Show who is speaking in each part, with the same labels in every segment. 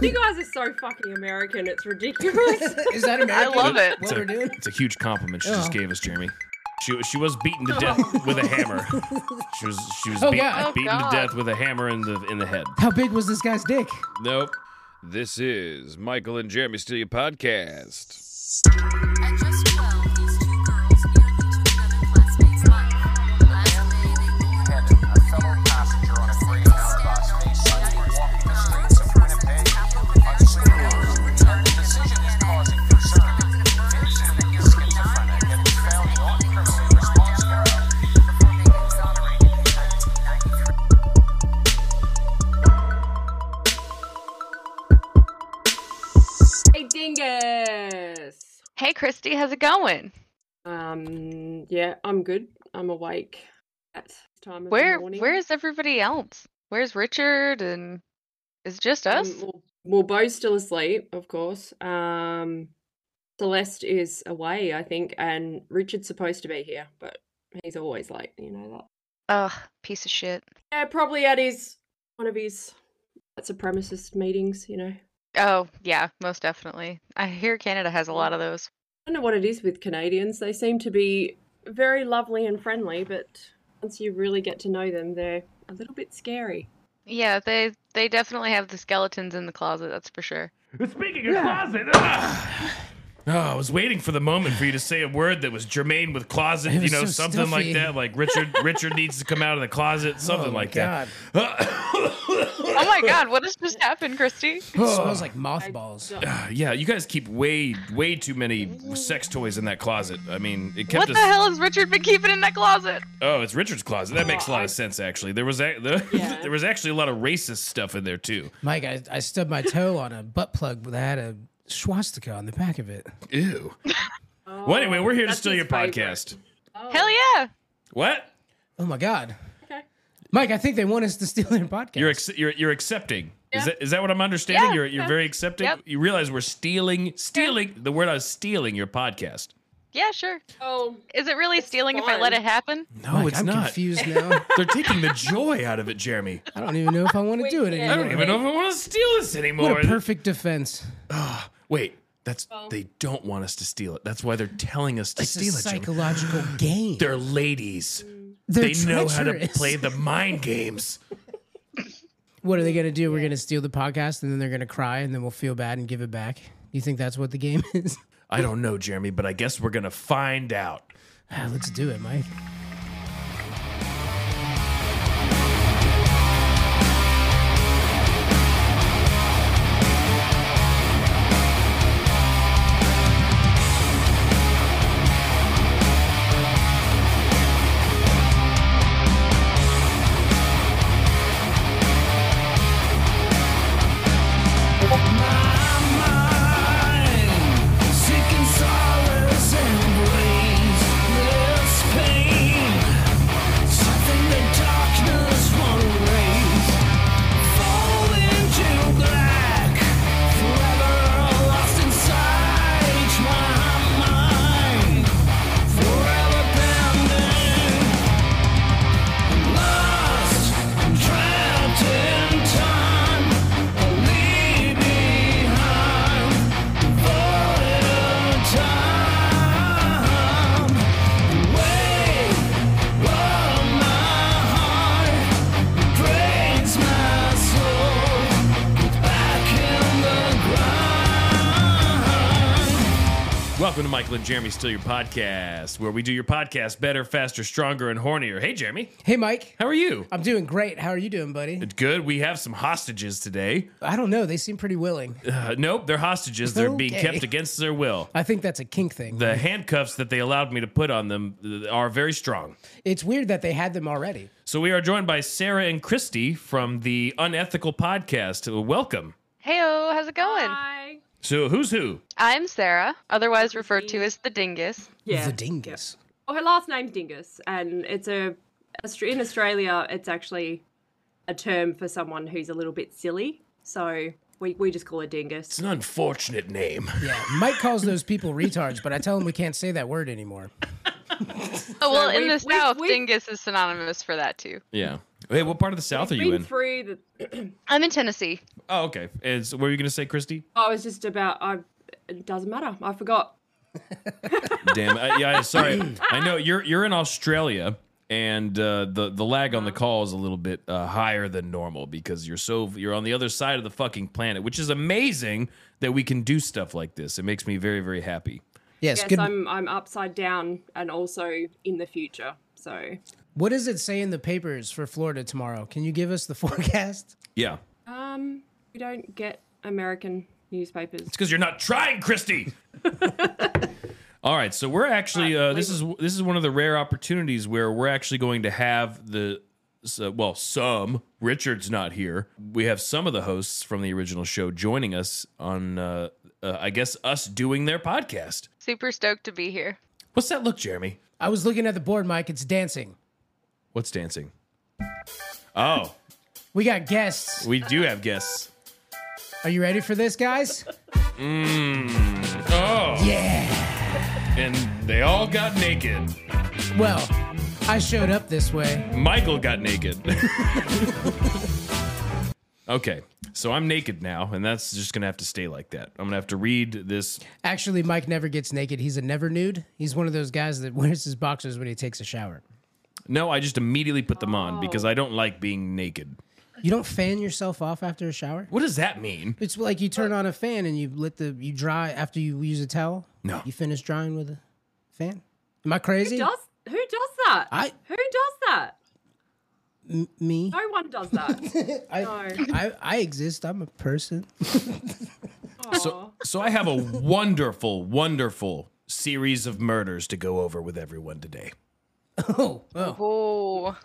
Speaker 1: You guys are so fucking American. It's ridiculous.
Speaker 2: Is that American?
Speaker 3: love it.
Speaker 2: What
Speaker 4: a-
Speaker 2: we're doing?
Speaker 4: It's a huge compliment she just
Speaker 2: Oh.
Speaker 4: gave us, Jeremy. She, she was beaten to death with a hammer. She was she was
Speaker 2: Oh,
Speaker 4: beat-
Speaker 2: wow.
Speaker 3: Oh,
Speaker 4: beaten
Speaker 3: God.
Speaker 4: to death with a hammer in the in the head.
Speaker 2: How big was this guy's dick?
Speaker 4: Nope. This is Michael and Jeremy Steal podcast.
Speaker 5: At just 12, these two girls nearly took another classmate's life. Last May, they moved on to a fellow passenger on a Greyhound bus. walking the streets of Winnipeg unsupervised. And the decision is causing concern. Vincent is schizophrenic and is found not criminally responsible. Before being exonerated in 1993.
Speaker 1: hey, dingus.
Speaker 3: Hey, Christy, how's it going?
Speaker 1: Um. Yeah, I'm good. I'm awake at this time of
Speaker 3: Where
Speaker 1: the morning.
Speaker 3: Where's everybody else? Where's Richard? And is it just
Speaker 1: Um,
Speaker 3: us?
Speaker 1: well, well, Bo's still asleep, of course. Um, Celeste is away, I think, and Richard's supposed to be here, but he's always late. You know that.
Speaker 3: Ugh, piece of shit.
Speaker 1: Yeah, probably at his one of his white supremacist meetings. You know, I
Speaker 3: Oh yeah, most definitely. I hear Canada has a
Speaker 1: Mm.
Speaker 3: lot of those.
Speaker 1: don't know what it is with Canadians. They seem to be very lovely and friendly, but once you really get to know them, they're a little bit scary.
Speaker 3: Yeah, they they definitely have the skeletons in the closet. That's for sure.
Speaker 4: Speaking of closet. ah! Oh, I was waiting for the moment for you to say a word that was germane with closet,
Speaker 2: It
Speaker 4: you
Speaker 2: was
Speaker 4: know,
Speaker 2: so
Speaker 4: something like
Speaker 2: stuffy.
Speaker 4: that. Like Richard Richard needs to come out of the closet, something
Speaker 2: Oh, my
Speaker 4: like
Speaker 2: God.
Speaker 4: that.
Speaker 3: Oh my God, what has just happened, Christy?
Speaker 2: It smells like mothballs.
Speaker 1: So-
Speaker 4: Ah, yeah, you guys keep way, way too many sex toys in that closet. I mean, it kept
Speaker 3: What
Speaker 4: us.
Speaker 3: the hell has Richard been keeping in that closet?
Speaker 4: Oh, it's Richard's closet. That makes a lot of sense, actually. There was a, there,
Speaker 1: Yeah.
Speaker 4: there was actually a lot of racist stuff in there too.
Speaker 2: Mike, I, I stubbed my toe on a butt plug that had a swastika on the back of it.
Speaker 4: Ew. well, anyway, we're here
Speaker 1: Oh,
Speaker 4: to
Speaker 1: That's
Speaker 4: steal
Speaker 1: his
Speaker 4: your
Speaker 1: favorite.
Speaker 4: podcast.
Speaker 1: Oh,
Speaker 3: Hell yeah!
Speaker 4: What?
Speaker 2: Oh my God.
Speaker 1: Okay.
Speaker 2: Mike, I think they want us to steal their podcast.
Speaker 4: You're ex- you're you're accepting. Is
Speaker 1: Yeah.
Speaker 4: that is that what I'm understanding?
Speaker 3: Yeah,
Speaker 4: you're you're
Speaker 3: yeah.
Speaker 4: very accepting.
Speaker 3: Yep.
Speaker 4: You realize we're stealing stealing the word I was stealing your podcast.
Speaker 3: Yeah, sure.
Speaker 1: Oh,
Speaker 3: Is it really stealing if I let
Speaker 1: fun.
Speaker 3: it happen?
Speaker 4: No,
Speaker 2: Mike,
Speaker 4: it's
Speaker 2: I'm
Speaker 4: not.
Speaker 2: confused now.
Speaker 4: They're taking the joy out of it, Jeremy.
Speaker 2: I don't even know if I want to do it anymore.
Speaker 1: can't.
Speaker 4: I don't even know if I want to steal this anymore.
Speaker 2: What a perfect defense.
Speaker 4: Wait, that's they don't want us to steal it. That's why they're telling us to
Speaker 2: It's a
Speaker 4: steal it. Jimmy.
Speaker 2: psychological game.
Speaker 4: They're ladies.
Speaker 1: Mm.
Speaker 2: They're
Speaker 4: they know how to
Speaker 2: treacherous.
Speaker 4: play the mind games.
Speaker 2: What are they going to do? We're going to steal the podcast and then they're going to cry and then we'll feel bad and give it back. You think that's what the game is?
Speaker 4: I don't know, Jeremy, but I guess we're gonna find out.
Speaker 2: Ah, let's do it, Mike.
Speaker 4: Welcome to Michael and Jeremy Steal Your Podcast, where we do your podcast better, faster, stronger, and hornier. Hey, Jeremy,
Speaker 2: Hey, Mike.
Speaker 4: how are you?
Speaker 2: I'm doing great. How are you doing, buddy?
Speaker 4: Good. We have some hostages today.
Speaker 2: I don't know. They seem pretty willing.
Speaker 4: Uh, nope, they're hostages. They're being
Speaker 2: Okay.
Speaker 4: kept against their will.
Speaker 2: I think that's a kink thing.
Speaker 4: The handcuffs that they allowed me to put on them uh, are very strong.
Speaker 2: It's weird that they had them already.
Speaker 4: So we are joined by Sarah and Christy from the Unethical Podcast. Uh, Welcome.
Speaker 3: Hey, how's it going?
Speaker 1: hi.
Speaker 4: So who's who?
Speaker 3: I'm Sarah, otherwise referred to as the Dingus.
Speaker 1: Yeah.
Speaker 2: The dingus.
Speaker 1: Well, Oh, her last name's Dingus, and it's a Austra- in Australia, it's actually a term for someone who's a little bit silly. So we, we just call her Dingus.
Speaker 4: It's an unfortunate name.
Speaker 2: Yeah. Mike calls those people retards, but I tell him we can't say that word anymore.
Speaker 3: Oh well,
Speaker 1: So
Speaker 3: in
Speaker 1: we-
Speaker 3: the
Speaker 1: we-
Speaker 3: South,
Speaker 1: we-
Speaker 3: Dingus is synonymous for that too.
Speaker 4: Yeah. Hey, what part of the South are
Speaker 6: We've
Speaker 4: you
Speaker 6: been
Speaker 4: in?
Speaker 6: through the.
Speaker 3: I'm in Tennessee.
Speaker 4: Oh, okay. And so what were you going to say, Christy?
Speaker 6: I was just about. I. It doesn't matter. I forgot.
Speaker 4: Damn. Uh, yeah. Sorry. I know you're you're in Australia, and uh, the the lag on the call is a little bit uh, higher than normal because you're so you're on the other side of the fucking planet, which is amazing that we can do stuff like this. It makes me very very happy.
Speaker 2: Yes.
Speaker 6: yes,
Speaker 2: good.
Speaker 6: I'm. I'm upside down and also in the future. So.
Speaker 2: What does it say in the papers for Florida tomorrow? Can you give us the forecast?
Speaker 4: Yeah.
Speaker 6: Um, we don't get American newspapers.
Speaker 4: It's because you're not trying, Christy. All right, so we're actually uh, this is this is one of the rare opportunities where we're actually going to have the so, well some Richard's not here. We have some of the hosts from the original show joining us on uh, uh, I guess us doing their podcast.
Speaker 3: Super stoked to be here.
Speaker 4: What's that look, Jeremy?
Speaker 2: I was looking at the board, Mike. It's dancing.
Speaker 4: What's dancing? Oh,
Speaker 2: We got guests.
Speaker 4: we do have guests.
Speaker 2: Are you ready for this, guys?
Speaker 4: Oh,
Speaker 2: Yeah.
Speaker 4: and they all got naked.
Speaker 2: Well, I showed up this way.
Speaker 4: Michael got naked. okay, so I'm naked now, and that's just gonna have to stay like that. I'm gonna have to read this.
Speaker 2: Actually, Mike never gets naked. He's a never nude. He's one of those guys that wears his boxers when he takes a shower.
Speaker 4: No, I just immediately put them on because I don't like being naked.
Speaker 2: You don't fan yourself off after a shower?
Speaker 4: What does that mean?
Speaker 2: It's like you turn on a fan and you let the you dry after you use a towel.
Speaker 4: No.
Speaker 2: You finish drying with a fan. Am I crazy?
Speaker 6: Who does who does that?
Speaker 2: I-
Speaker 6: who does that?
Speaker 2: Me?
Speaker 6: No one does that.
Speaker 2: I,
Speaker 6: No.
Speaker 2: I I exist. I'm a person.
Speaker 4: So, so I have a wonderful, wonderful series of murders to go over with everyone today.
Speaker 2: Oh, oh.
Speaker 3: Oh,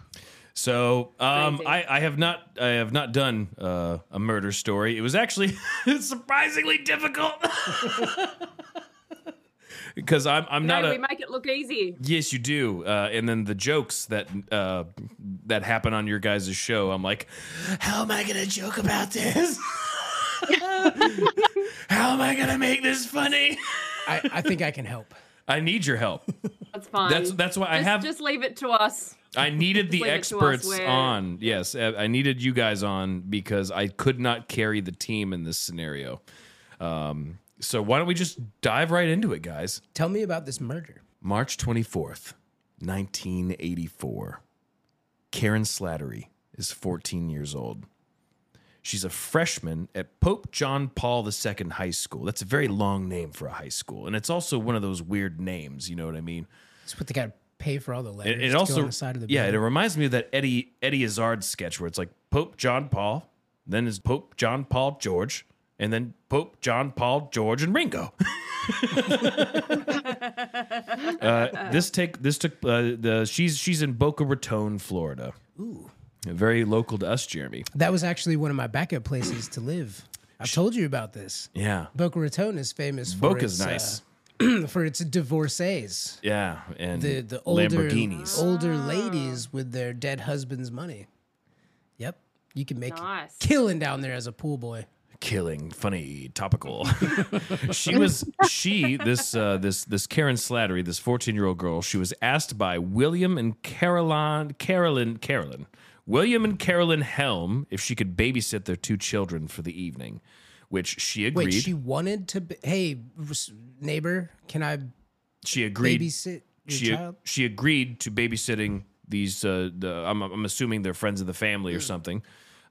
Speaker 4: So um,
Speaker 6: Crazy.
Speaker 4: I, I have not I have not done uh, a murder story. It was actually surprisingly difficult because I'm I'm not
Speaker 6: no,
Speaker 4: a
Speaker 6: we make it look easy.
Speaker 4: Yes, you do. Uh, and then the jokes that uh, that happen on your guys' show, I'm like, how am I gonna joke about this? how am I gonna make this funny?
Speaker 2: I, I think I can help.
Speaker 4: I need your help.
Speaker 6: That's fine.
Speaker 4: That's that's why I
Speaker 6: just,
Speaker 4: have.
Speaker 6: just leave it to us.
Speaker 4: I needed the
Speaker 6: leave it to us
Speaker 4: experts
Speaker 6: where-
Speaker 4: on. Yes, uh, I I needed you guys on because I could not carry the team in this scenario. Um, so why don't we just dive right into it, guys?
Speaker 2: Tell me about this murder.
Speaker 4: March 24th, 1984. Karen Slattery is 14 years old. She's a freshman at Pope John Paul II High School. That's a very long name for a high school. And it's also one of those weird names, you know what I mean?
Speaker 2: It's what they got to pay for all the letters.
Speaker 4: It,
Speaker 2: to
Speaker 4: it
Speaker 2: go
Speaker 4: also
Speaker 2: on the side of the
Speaker 4: Yeah, it
Speaker 2: building.
Speaker 4: reminds me of that Eddie Eddie Izzard sketch where it's like Pope John Paul, then is Pope John Paul George, and then Pope John Paul George and Ringo. uh, this take this took uh, the she's she's in Boca Raton, Florida. Ooh. Very local to us, Jeremy.
Speaker 2: That was actually one of my backup places to live. I've told you about this.
Speaker 4: Yeah.
Speaker 2: Boca Raton is famous for
Speaker 4: Boca's
Speaker 2: its, uh,
Speaker 4: nice.
Speaker 2: for its divorcees.
Speaker 4: yeah, and
Speaker 2: The the older
Speaker 4: Lamborghinis.
Speaker 2: older ladies with their dead husband's money. Yep. You can make
Speaker 6: Nice.
Speaker 2: killing down there as a pool boy.
Speaker 4: killing funny topical she was she this uh, this this karen slattery this 14 year old girl she was asked by william and caroline carolyn carolyn william and carolyn helm if she could babysit their two children for the evening which she agreed
Speaker 2: Wait, she wanted to. Be, hey, res- neighbor, can I
Speaker 4: She agreed
Speaker 2: babysit your
Speaker 4: she
Speaker 2: child?
Speaker 4: she agreed to babysitting these. Uh, the, I'm I'm assuming they're friends of the family
Speaker 2: Hmm.
Speaker 4: or something.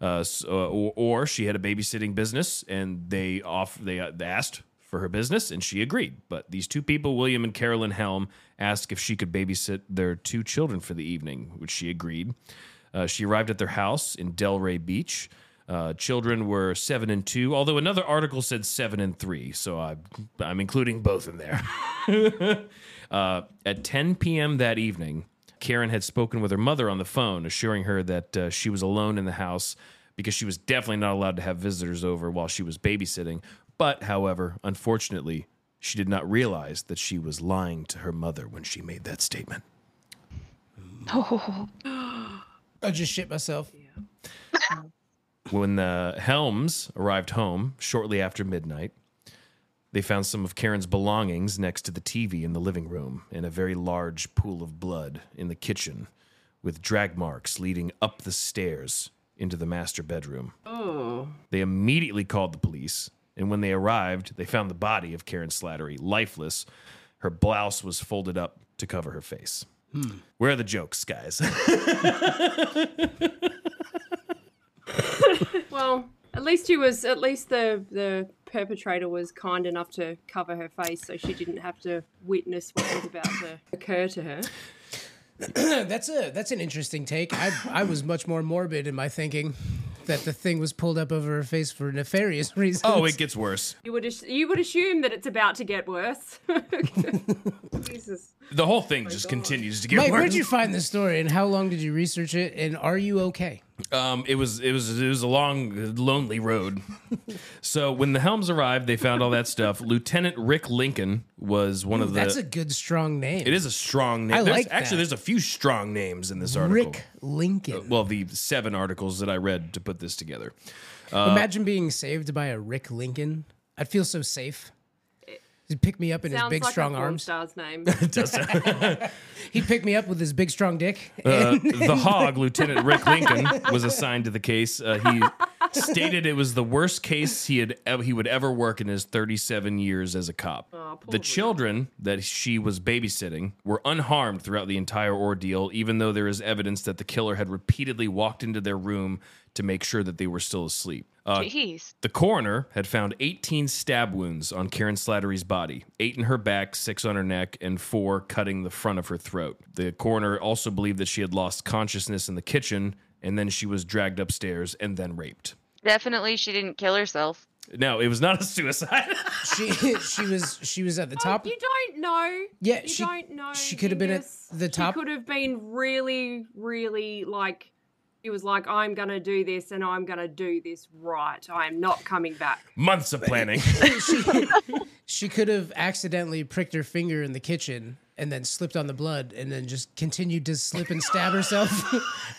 Speaker 4: Uh, s- uh, or, or she had a babysitting business and they off they, uh, they asked for her business and she agreed. But these two people, William and Carolyn Helm, asked if she could babysit their two children for the evening, which she agreed. Uh, she arrived at their house in Delray Beach. Uh, children were seven and two, although another article said seven and three, so I, I'm including both in there. Uh, at 10 p.m. that evening, Karen had spoken with her mother on the phone, assuring her that uh, she was alone in the house because she was definitely not allowed to have visitors over while she was babysitting. But, however, unfortunately, she did not realize that she was lying to her mother when she made that statement.
Speaker 2: I just shit myself.
Speaker 4: When the Helms arrived home shortly after midnight, they found some of Karen's belongings next to the TV in the living room and a very large pool of blood in the kitchen, with drag marks leading up the stairs into the master bedroom.
Speaker 1: Oh.
Speaker 4: They immediately called the police, and when they arrived, they found the body of Karen Slattery, lifeless. Her blouse was folded up to cover her face. Where are the jokes, guys?
Speaker 1: Well, at least she was. At least the the perpetrator was kind enough to cover her face, so she didn't have to witness what was about to occur to her.
Speaker 2: that's a that's an interesting take. I I was much more morbid in my thinking that the thing was pulled up over her face for nefarious reasons.
Speaker 4: oh, it gets worse.
Speaker 1: You would as- you would assume that it's about to get worse. Jesus.
Speaker 4: The whole thing just continues to get
Speaker 2: Mike,
Speaker 4: worse.
Speaker 2: where'd you find this story, and how long did you research it, and are you okay?
Speaker 4: Um, it was it was it was a long, lonely road. so when the Helms arrived, they found all that stuff. Lieutenant Rick Lincoln was one of the.
Speaker 2: That's a good, strong name.
Speaker 4: it is a strong name.
Speaker 2: I
Speaker 4: There's-
Speaker 2: like that.
Speaker 4: Actually, there's a few strong names in this article.
Speaker 2: Rick Lincoln.
Speaker 4: Well, the seven articles that I read to put this together. Uh,
Speaker 2: Imagine being saved by a Rick Lincoln. I'd feel so safe. He'd pick me up in his
Speaker 1: Sounds
Speaker 2: big,
Speaker 1: like
Speaker 2: strong
Speaker 1: a porn
Speaker 2: arms.
Speaker 1: star's name.
Speaker 2: He'd pick me up with his big, strong dick.
Speaker 4: Uh, the hog, Lieutenant Rick Lincoln, was assigned to the case. Uh, he stated it was the worst case he had ev- he would ever work in his 37 years as a cop. the children that she was babysitting were unharmed throughout the entire ordeal, even though there is evidence that the killer had repeatedly walked into their room to make sure that they were still asleep. Uh,
Speaker 3: Jeez.
Speaker 4: the coroner had found 18 stab wounds on Karen Slattery's body, eight in her back, six on her neck, and four cutting the front of her throat. The coroner also believed that she had lost consciousness in the kitchen, and then she was dragged upstairs and then raped.
Speaker 3: Definitely she didn't kill herself.
Speaker 4: No, it was not a suicide.
Speaker 2: she she was she was at the top.
Speaker 1: Oh, You don't know.
Speaker 2: Yeah,
Speaker 1: you
Speaker 2: she-
Speaker 1: don't know.
Speaker 2: she could have been at
Speaker 1: Dingus.
Speaker 2: the top.
Speaker 1: She could have been really, really like. He was like, "I'm gonna do this, and I'm gonna do this right. I am not coming back."
Speaker 4: Months of planning.
Speaker 2: She could have accidentally pricked her finger in the kitchen and then slipped on the blood and then just continued to slip and stab herself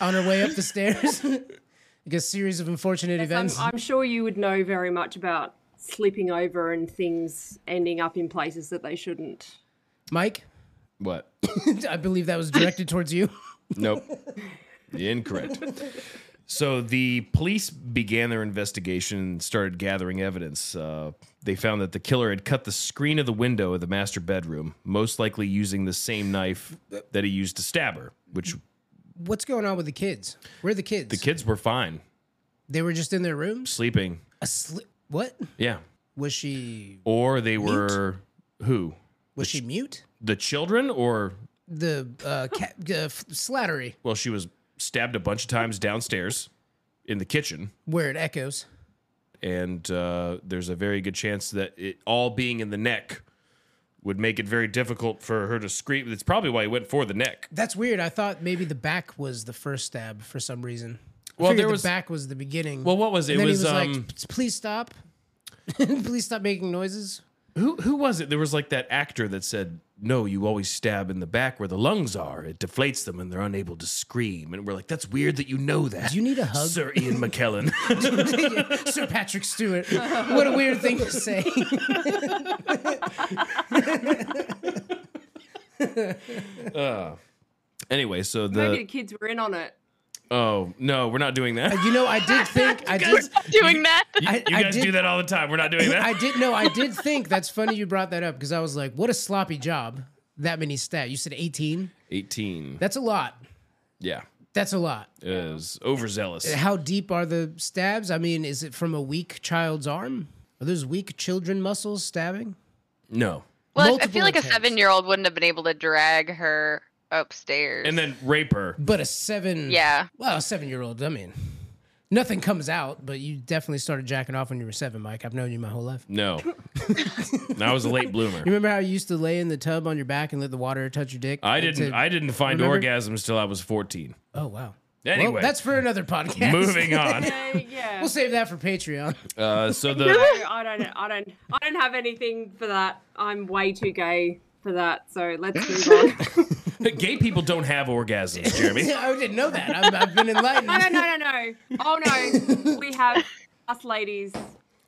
Speaker 2: on her way up the stairs. like a series of unfortunate
Speaker 1: I'm,
Speaker 2: events.
Speaker 1: I'm sure you would know very much about slipping over and things ending up in places that they shouldn't.
Speaker 2: Mike,
Speaker 4: What?
Speaker 2: I believe that was directed towards you.
Speaker 4: Nope. Incorrect. So the police began their investigation and started gathering evidence. Uh, they found that the killer had cut the screen of the window of the master bedroom, most likely using the same knife that he used to stab her, which
Speaker 2: What's going on with the kids? Where are the kids?
Speaker 4: the kids were fine,
Speaker 2: they were just in their rooms.
Speaker 4: sleeping.
Speaker 2: Asleep. What
Speaker 4: Yeah.
Speaker 2: was she?
Speaker 4: Or they were who?
Speaker 2: Was she mute?
Speaker 4: The children or
Speaker 2: The uh, ca- uh, f- slattery
Speaker 4: well, she was stabbed a bunch of times downstairs in the kitchen.
Speaker 2: where it echoes.
Speaker 4: and uh, there's a very good chance that it all being in the neck would make it very difficult for her to scream. That's probably why he went for the neck.
Speaker 2: That's weird. I thought maybe the back was the first stab for some reason. I
Speaker 4: Well,
Speaker 2: figured
Speaker 4: there was-
Speaker 2: the back was the beginning.
Speaker 4: Well, what was it?
Speaker 2: And
Speaker 4: It
Speaker 2: then
Speaker 4: was,
Speaker 2: he was
Speaker 4: um,
Speaker 2: like, "P- "Please stop! Please stop making noises."
Speaker 4: Who who was it? There was like that actor that said, "No, you always stab in the back where the lungs are. It deflates them, and they're unable to scream." And we're like, "That's weird that you know that."
Speaker 2: Do you need a hug?
Speaker 4: Sir Ian McKellen?
Speaker 2: Sir Patrick Stewart. What a weird thing to say.
Speaker 4: anyway, so
Speaker 1: Maybe the
Speaker 4: the
Speaker 1: kids were in on it.
Speaker 4: oh no, we're not doing that.
Speaker 2: You know, I did think I did.
Speaker 3: Doing that?
Speaker 2: I,
Speaker 4: You
Speaker 2: I
Speaker 4: guys
Speaker 2: did,
Speaker 4: do that all the time. We're not doing that.
Speaker 2: I did know. I did think that's funny. You brought that up because I was like, "What a sloppy job." That many stat. You said eighteen.
Speaker 4: Eighteen.
Speaker 2: That's a lot.
Speaker 4: Yeah,
Speaker 2: That's a lot.
Speaker 4: is overzealous.
Speaker 2: How deep are the stabs? I mean, is it from a weak child's arm? Are those weak children muscles stabbing?
Speaker 4: No,
Speaker 3: Well, I- I
Speaker 2: multiple
Speaker 3: feel like a
Speaker 2: attempts.
Speaker 3: seven year old wouldn't have been able to drag her upstairs.
Speaker 4: and then rape her.
Speaker 2: But a seven.
Speaker 3: Yeah.
Speaker 2: Well, a seven year old, I mean, nothing comes out, but you definitely started jacking off when you were seven, Mike. I've known you my whole life.
Speaker 4: No, I was a late bloomer.
Speaker 2: You remember how you used to lay in the tub on your back and let the water touch your dick?
Speaker 4: I
Speaker 2: And
Speaker 4: didn't.
Speaker 2: to-
Speaker 4: I didn't find
Speaker 2: remember?
Speaker 4: orgasms till I was fourteen.
Speaker 2: oh, wow.
Speaker 4: Anyway,
Speaker 2: Well, that's for another podcast.
Speaker 4: moving on.
Speaker 1: Uh, yeah.
Speaker 2: we'll save that for Patreon.
Speaker 4: Uh, so the
Speaker 1: No, I don't. I don't. I don't have anything for that. I'm way too gay for that. So let's move on.
Speaker 4: gay people don't have orgasms, Jeremy.
Speaker 2: I didn't know that. I'm, I've been enlightened.
Speaker 1: No, no, no, no. Oh no, we have us ladies.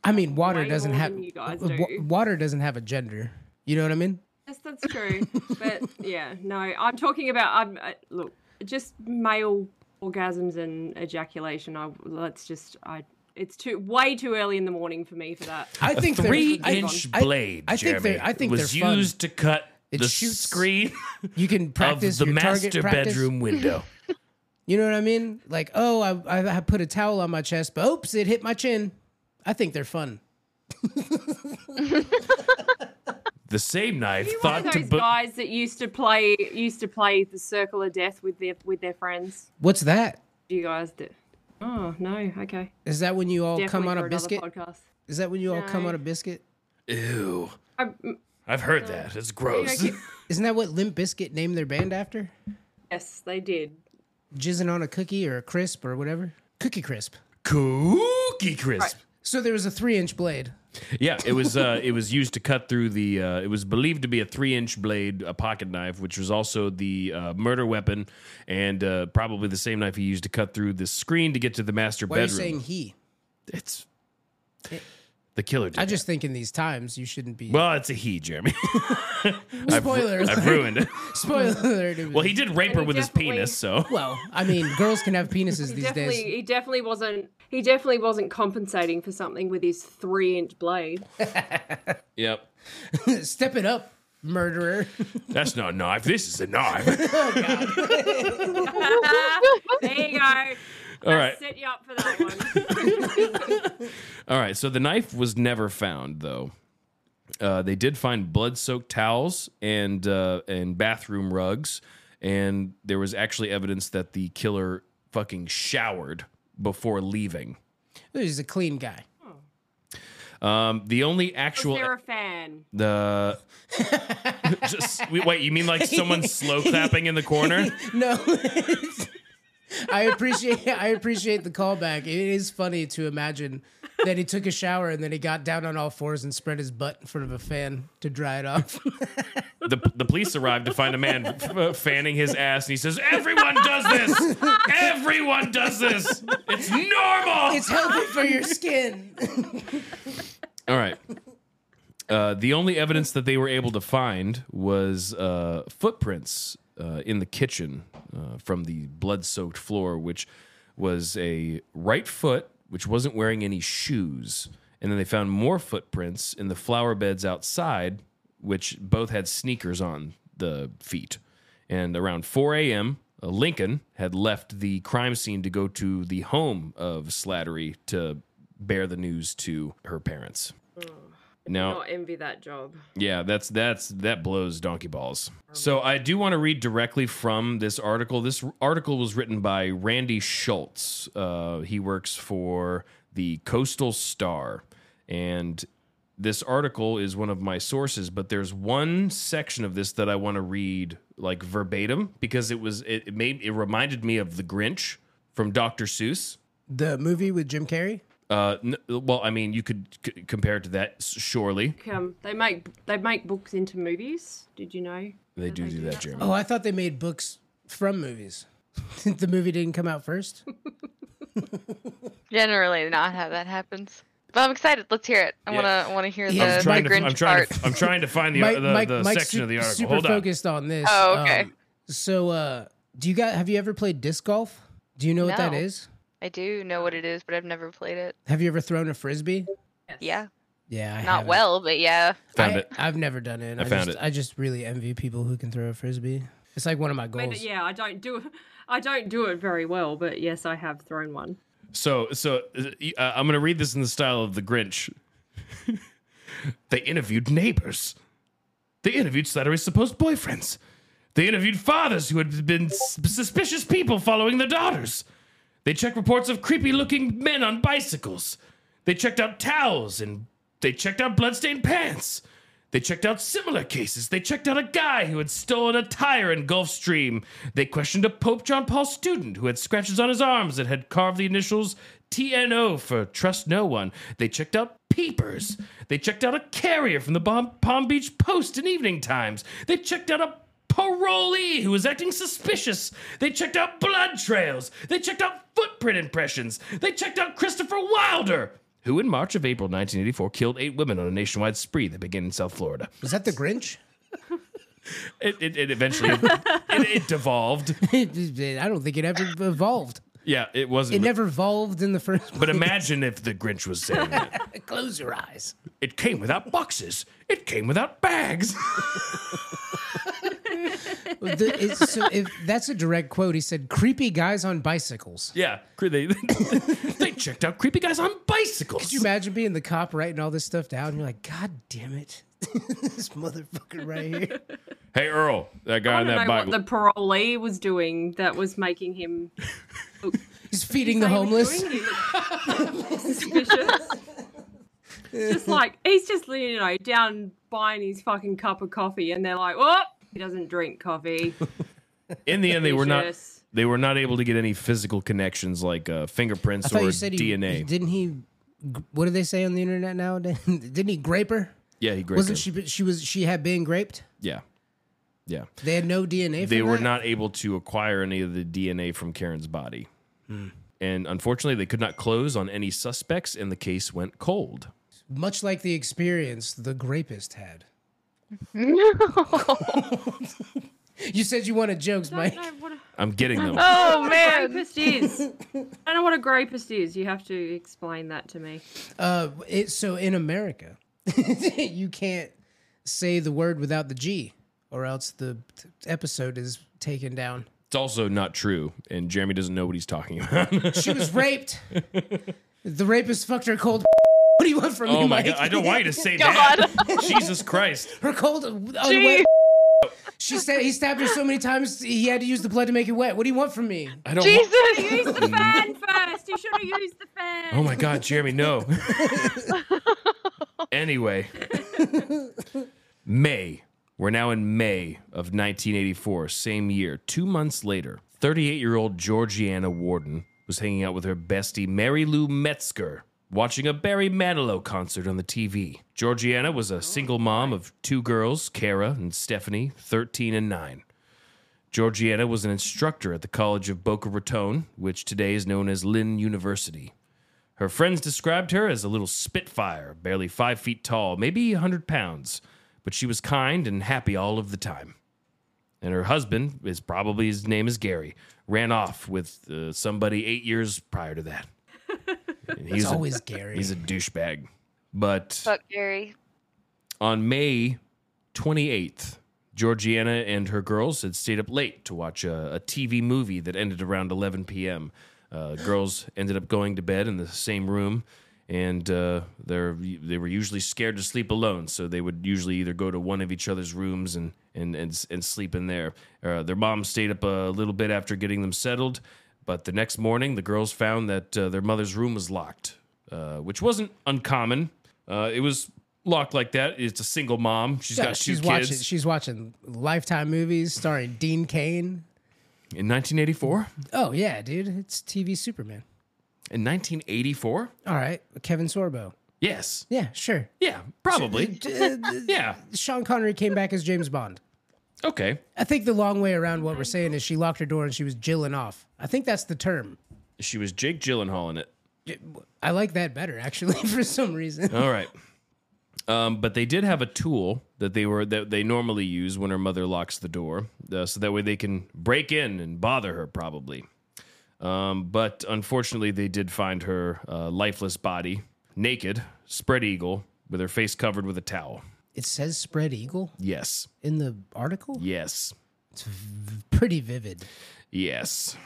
Speaker 2: I mean, water
Speaker 1: Way
Speaker 2: doesn't
Speaker 1: more
Speaker 2: have
Speaker 1: than you guys
Speaker 2: wa-
Speaker 1: do.
Speaker 2: water doesn't have a gender. You know what I mean?
Speaker 1: Yes, that's true. But yeah, no, I'm talking about. I'm uh, look.
Speaker 6: just male orgasms and ejaculation. I let's just I. It's too way too early in the morning for me for that.
Speaker 2: I think they're- I-
Speaker 4: three-inch
Speaker 2: I-
Speaker 4: blade.
Speaker 2: I think
Speaker 4: Jeremy,
Speaker 2: they're- I think
Speaker 4: was
Speaker 2: they're fun.
Speaker 4: used to cut
Speaker 2: It
Speaker 4: the
Speaker 2: shoots
Speaker 4: screen
Speaker 2: You can practice
Speaker 4: of the
Speaker 2: your target
Speaker 4: master
Speaker 2: practice.
Speaker 4: bedroom window.
Speaker 2: You know what I mean? Like, oh, I, I put a towel on my chest, but oops, it hit my chin. I think they're fun.
Speaker 4: The same knife
Speaker 6: You one
Speaker 4: thought
Speaker 6: of
Speaker 4: to
Speaker 6: those
Speaker 4: bu-
Speaker 6: guys that used to play used to play the Circle of Death with their with their friends.
Speaker 2: What's that?
Speaker 6: Do you guys do? Oh no, okay.
Speaker 2: Is that when you all
Speaker 6: Definitely for
Speaker 2: come on a
Speaker 6: another
Speaker 2: biscuit?
Speaker 6: Podcast.
Speaker 2: Is that when you all come
Speaker 6: No.
Speaker 2: on a biscuit?
Speaker 4: Ew.
Speaker 6: I, mm,
Speaker 4: I've heard that. It's gross.
Speaker 6: okay.
Speaker 2: Isn't that what Limp Biscuit named their band after?
Speaker 6: yes, they did.
Speaker 2: Jizzing on a cookie or a crisp or whatever? Cookie crisp.
Speaker 4: Cookie crisp.
Speaker 2: So there was a three inch blade.
Speaker 4: Yeah, it was. Uh, it was used to cut through the. Uh, it was believed to be a three-inch blade, a pocket knife, which was also the uh, murder weapon, and uh, probably the same knife he used to cut through the screen to get to the master
Speaker 2: Why are you
Speaker 4: bedroom.
Speaker 2: saying he?
Speaker 4: it's the killer. Did
Speaker 2: I
Speaker 4: that.
Speaker 2: just think in these times you shouldn't be.
Speaker 4: Well, it's a he, Jeremy. I've,
Speaker 2: Spoiler
Speaker 4: ru- I've
Speaker 2: alert.
Speaker 4: ruined it.
Speaker 2: Spoiler alert. it was-
Speaker 4: Well, he did rape
Speaker 6: And
Speaker 4: her
Speaker 6: he
Speaker 4: with his
Speaker 6: definitely-
Speaker 4: penis, so
Speaker 2: Well, I mean, girls can have penises
Speaker 6: He
Speaker 2: these
Speaker 6: definitely
Speaker 2: days.
Speaker 6: he definitely wasn't he definitely wasn't compensating for something with his three inch blade.
Speaker 4: yep.
Speaker 2: Step it up, murderer.
Speaker 4: That's not a knife. This is a knife.
Speaker 6: There you go.
Speaker 4: All right.
Speaker 6: Set you up for that one.
Speaker 4: All right, so the knife was never found, though. Uh, they did find blood-soaked towels and uh, and bathroom rugs, and there was actually evidence that the killer fucking showered before leaving.
Speaker 2: He's a clean guy.
Speaker 4: Um, the only
Speaker 6: Was
Speaker 4: actual
Speaker 6: there a fan?
Speaker 4: the just wait, wait, you mean like someone slow clapping in the corner?
Speaker 2: No. I appreciate I appreciate the callback. It is funny to imagine that he took a shower and then he got down on all fours and spread his butt in front of a fan to dry it off.
Speaker 4: The, the police arrived to find a man f- uh, fanning his ass, and he says, "Everyone does this. Everyone does this. It's normal."
Speaker 2: it's healthy for your skin.
Speaker 4: All right. Uh, the only evidence that they were able to find was uh, footprints uh, in the kitchen uh, from the blood soaked floor, which was a right foot, which wasn't wearing any shoes. And then they found more footprints in the flower beds outside, which both had sneakers on the feet. And around 4 a.m., uh, Lincoln had left the crime scene to go to the home of Slattery to bear the news to her parents. Now,
Speaker 6: Not envy that job.
Speaker 4: yeah, that's that's that blows donkey balls. So I do want to read directly from this article. This article was written by Randy Schultz. Uh, he works for the Coastal Star, and this article is one of my sources. But there's one section of this that I want to read like verbatim because it was it, it made it reminded me of the Grinch from Dr. Seuss.
Speaker 2: The movie with Jim Carrey?
Speaker 4: Uh, n- well, I mean, you could c- compare it to that s- surely.
Speaker 6: Um, they make they make books into movies. Did you know?
Speaker 4: They do do that, Jeremy.
Speaker 2: Oh, I thought they made books from movies. the movie didn't come out first.
Speaker 3: Generally not how that happens. But I'm excited. Let's hear it. I
Speaker 4: Yeah.
Speaker 3: wanna I wanna hear
Speaker 2: Yeah.
Speaker 3: the,
Speaker 2: I'm
Speaker 3: the
Speaker 4: trying to,
Speaker 3: Grinch
Speaker 4: I'm trying
Speaker 3: part.
Speaker 4: to, I'm trying to find the,
Speaker 2: Mike-
Speaker 4: the,
Speaker 2: Mike-
Speaker 4: the
Speaker 2: Mike's
Speaker 4: section
Speaker 2: su-
Speaker 4: of the article.
Speaker 2: Super
Speaker 4: Hold on.
Speaker 2: focused on this. Um,
Speaker 3: Oh, okay.
Speaker 2: so, uh, do you got? Have you ever played disc golf? Do you know what that
Speaker 3: No.
Speaker 2: is?
Speaker 3: I do know what it is, but I've never played it.
Speaker 2: Have you ever thrown a frisbee?
Speaker 6: Yes.
Speaker 3: Yeah.
Speaker 2: Yeah, I
Speaker 3: Not
Speaker 2: haven't.
Speaker 3: well, but yeah.
Speaker 4: Found
Speaker 2: I,
Speaker 4: it.
Speaker 2: I've never done it. I,
Speaker 4: found
Speaker 2: just,
Speaker 4: it.
Speaker 2: I just really envy people who can throw a frisbee. It's like one of
Speaker 6: I
Speaker 2: my
Speaker 6: mean,
Speaker 2: goals.
Speaker 6: yeah, I don't do I don't do it very well, but yes, I have thrown one.
Speaker 4: So, so uh, uh, I'm going to read this in the style of the Grinch. they interviewed neighbors. They interviewed Slattery's supposed boyfriends. They interviewed fathers who had been s- suspicious people following their daughters. They checked reports of creepy-looking men on bicycles. They checked out towels and they checked out bloodstained pants. They checked out similar cases. They checked out a guy who had stolen a tire in Gulfstream. They questioned a Pope John Paul student who had scratches on his arms that had carved the initials TNO for Trust No One. They checked out peepers. They checked out a carrier from the Bom- Palm Beach Post in evening times. They checked out a parolee who was acting suspicious. They checked out blood trails. They checked out footprint impressions. They checked out Christopher Wilder, who in March of April 1984 killed eight women on a nationwide spree that began in South Florida.
Speaker 2: Was that the Grinch?
Speaker 4: It, it, it eventually it, it devolved.
Speaker 2: I don't think it ever evolved.
Speaker 4: Yeah, it wasn't.
Speaker 2: It never evolved in the first.
Speaker 4: but imagine if the Grinch was saying that.
Speaker 2: Close your eyes.
Speaker 4: It came without boxes. It came without bags.
Speaker 2: The- it's- so if that's a direct quote, he said, "Creepy guys on bicycles."
Speaker 4: yeah, cre- they, they checked out creepy guys on bicycles.
Speaker 2: Could you imagine being the cop writing all this stuff down? And you're like, God damn it, this motherfucker right here.
Speaker 4: hey Earl, that guy
Speaker 6: I
Speaker 4: on
Speaker 6: don't know
Speaker 4: that bike.
Speaker 6: what the parolee was doing that was making him
Speaker 2: He's feeding the homeless.
Speaker 6: suspicious. just like he's just you know down buying his fucking cup of coffee, and they're like, "Whoop, he doesn't drink coffee."
Speaker 4: In the end, they were not.
Speaker 6: Suspicious.
Speaker 4: They were not able to get any physical connections like uh,
Speaker 2: I
Speaker 4: fingerprints
Speaker 2: thought
Speaker 4: or
Speaker 2: you said he
Speaker 4: DNA.
Speaker 2: Didn't he? What do they say on the internet nowadays? didn't he grape her?
Speaker 4: yeah, he
Speaker 2: Wasn't
Speaker 4: grabbed.
Speaker 2: she? She was. She had been graped.
Speaker 4: Yeah, yeah.
Speaker 2: They had no DNA.
Speaker 4: they
Speaker 2: from
Speaker 4: were
Speaker 2: that?
Speaker 4: not able to acquire any of the DNA from Karen's body. And unfortunately, they could not close on any suspects, and the case went cold.
Speaker 2: much like the experience the grapist had.
Speaker 3: No.
Speaker 2: You said you wanted jokes,
Speaker 6: I
Speaker 2: Mike.
Speaker 6: don't know what a
Speaker 4: I'm getting them.
Speaker 3: Oh man.
Speaker 6: grapist is. I don't know what a grapist is. You have to explain that to me.
Speaker 2: Uh, it, so in America, you can't say the word without the G, or else the t- episode is taken down.
Speaker 4: It's also not true, and Jeremy doesn't know what he's talking about.
Speaker 2: She was raped. the rapist fucked her cold. What do you want from me,
Speaker 4: oh my
Speaker 2: Mike?
Speaker 4: god! I don't want you to say
Speaker 3: God.
Speaker 4: that. Jesus Christ!
Speaker 2: Her cold. Unwet. She said he stabbed her so many times he had to use the blood to make it wet. What do you want from me?
Speaker 4: I don't. want-
Speaker 6: Use
Speaker 3: Jesus.
Speaker 6: the fan first. You should have used the fan.
Speaker 4: oh my god, Jeremy, no. anyway, May. We're now in May of 1984, same year. Two months later, 38 year old Georgiana Warden was hanging out with her bestie, Mary Lou Metzger, watching a Barry Manilow concert on the TV. Georgiana was a single mom of two girls, Kara and Stephanie, 13 and 9. Georgiana was an instructor at the College of Boca Raton, which today is known as Lynn University. Her friends described her as a little spitfire, barely five feet tall, maybe a 100 pounds, but she was kind and happy all of the time. And her husband is probably his name is Gary, ran off with uh, somebody eight years prior to that. And he's
Speaker 2: It's
Speaker 4: a-
Speaker 2: always Gary.
Speaker 4: He's a douchebag. But
Speaker 3: Fuck Gary.
Speaker 4: on May 28th, Georgiana and her girls had stayed up late to watch a, a TV movie that ended around 11 p.m. Uh, girls ended up going to bed in the same room, and uh, they're, they were usually scared to sleep alone, so they would usually either go to one of each other's rooms and, and, and, and sleep in there. Uh, their mom stayed up a little bit after getting them settled, but the next morning, the girls found that uh, their mother's room was locked, uh, which wasn't uncommon. Uh, it was locked like that. It's a single mom. She's
Speaker 2: Yeah,
Speaker 4: got two
Speaker 2: she's
Speaker 4: kids.
Speaker 2: watching. She's watching Lifetime movies starring Dean Kane.
Speaker 4: In 1984?
Speaker 2: Oh yeah, dude, it's TV Superman.
Speaker 4: In 1984?
Speaker 2: All right, Kevin Sorbo.
Speaker 4: Yes.
Speaker 2: Yeah, sure.
Speaker 4: Yeah, probably.
Speaker 2: Uh,
Speaker 4: Yeah.
Speaker 2: Sean Connery came back as James Bond.
Speaker 4: Okay.
Speaker 2: I think the long way around what we're saying is she locked her door and she was jilling off. I think that's the term.
Speaker 4: She was Jake Gyllenhaal in it.
Speaker 2: I like that better actually for some reason.
Speaker 4: All right. Um, but they did have a tool that they were that they normally use when her mother locks the door, uh, so that way they can break in and bother her probably. Um, but unfortunately, they did find her uh, lifeless body, naked, spread eagle, with her face covered with a towel.
Speaker 2: It says spread eagle
Speaker 4: Yes,
Speaker 2: in the article.
Speaker 4: yes,
Speaker 2: Pretty vivid.
Speaker 4: yes,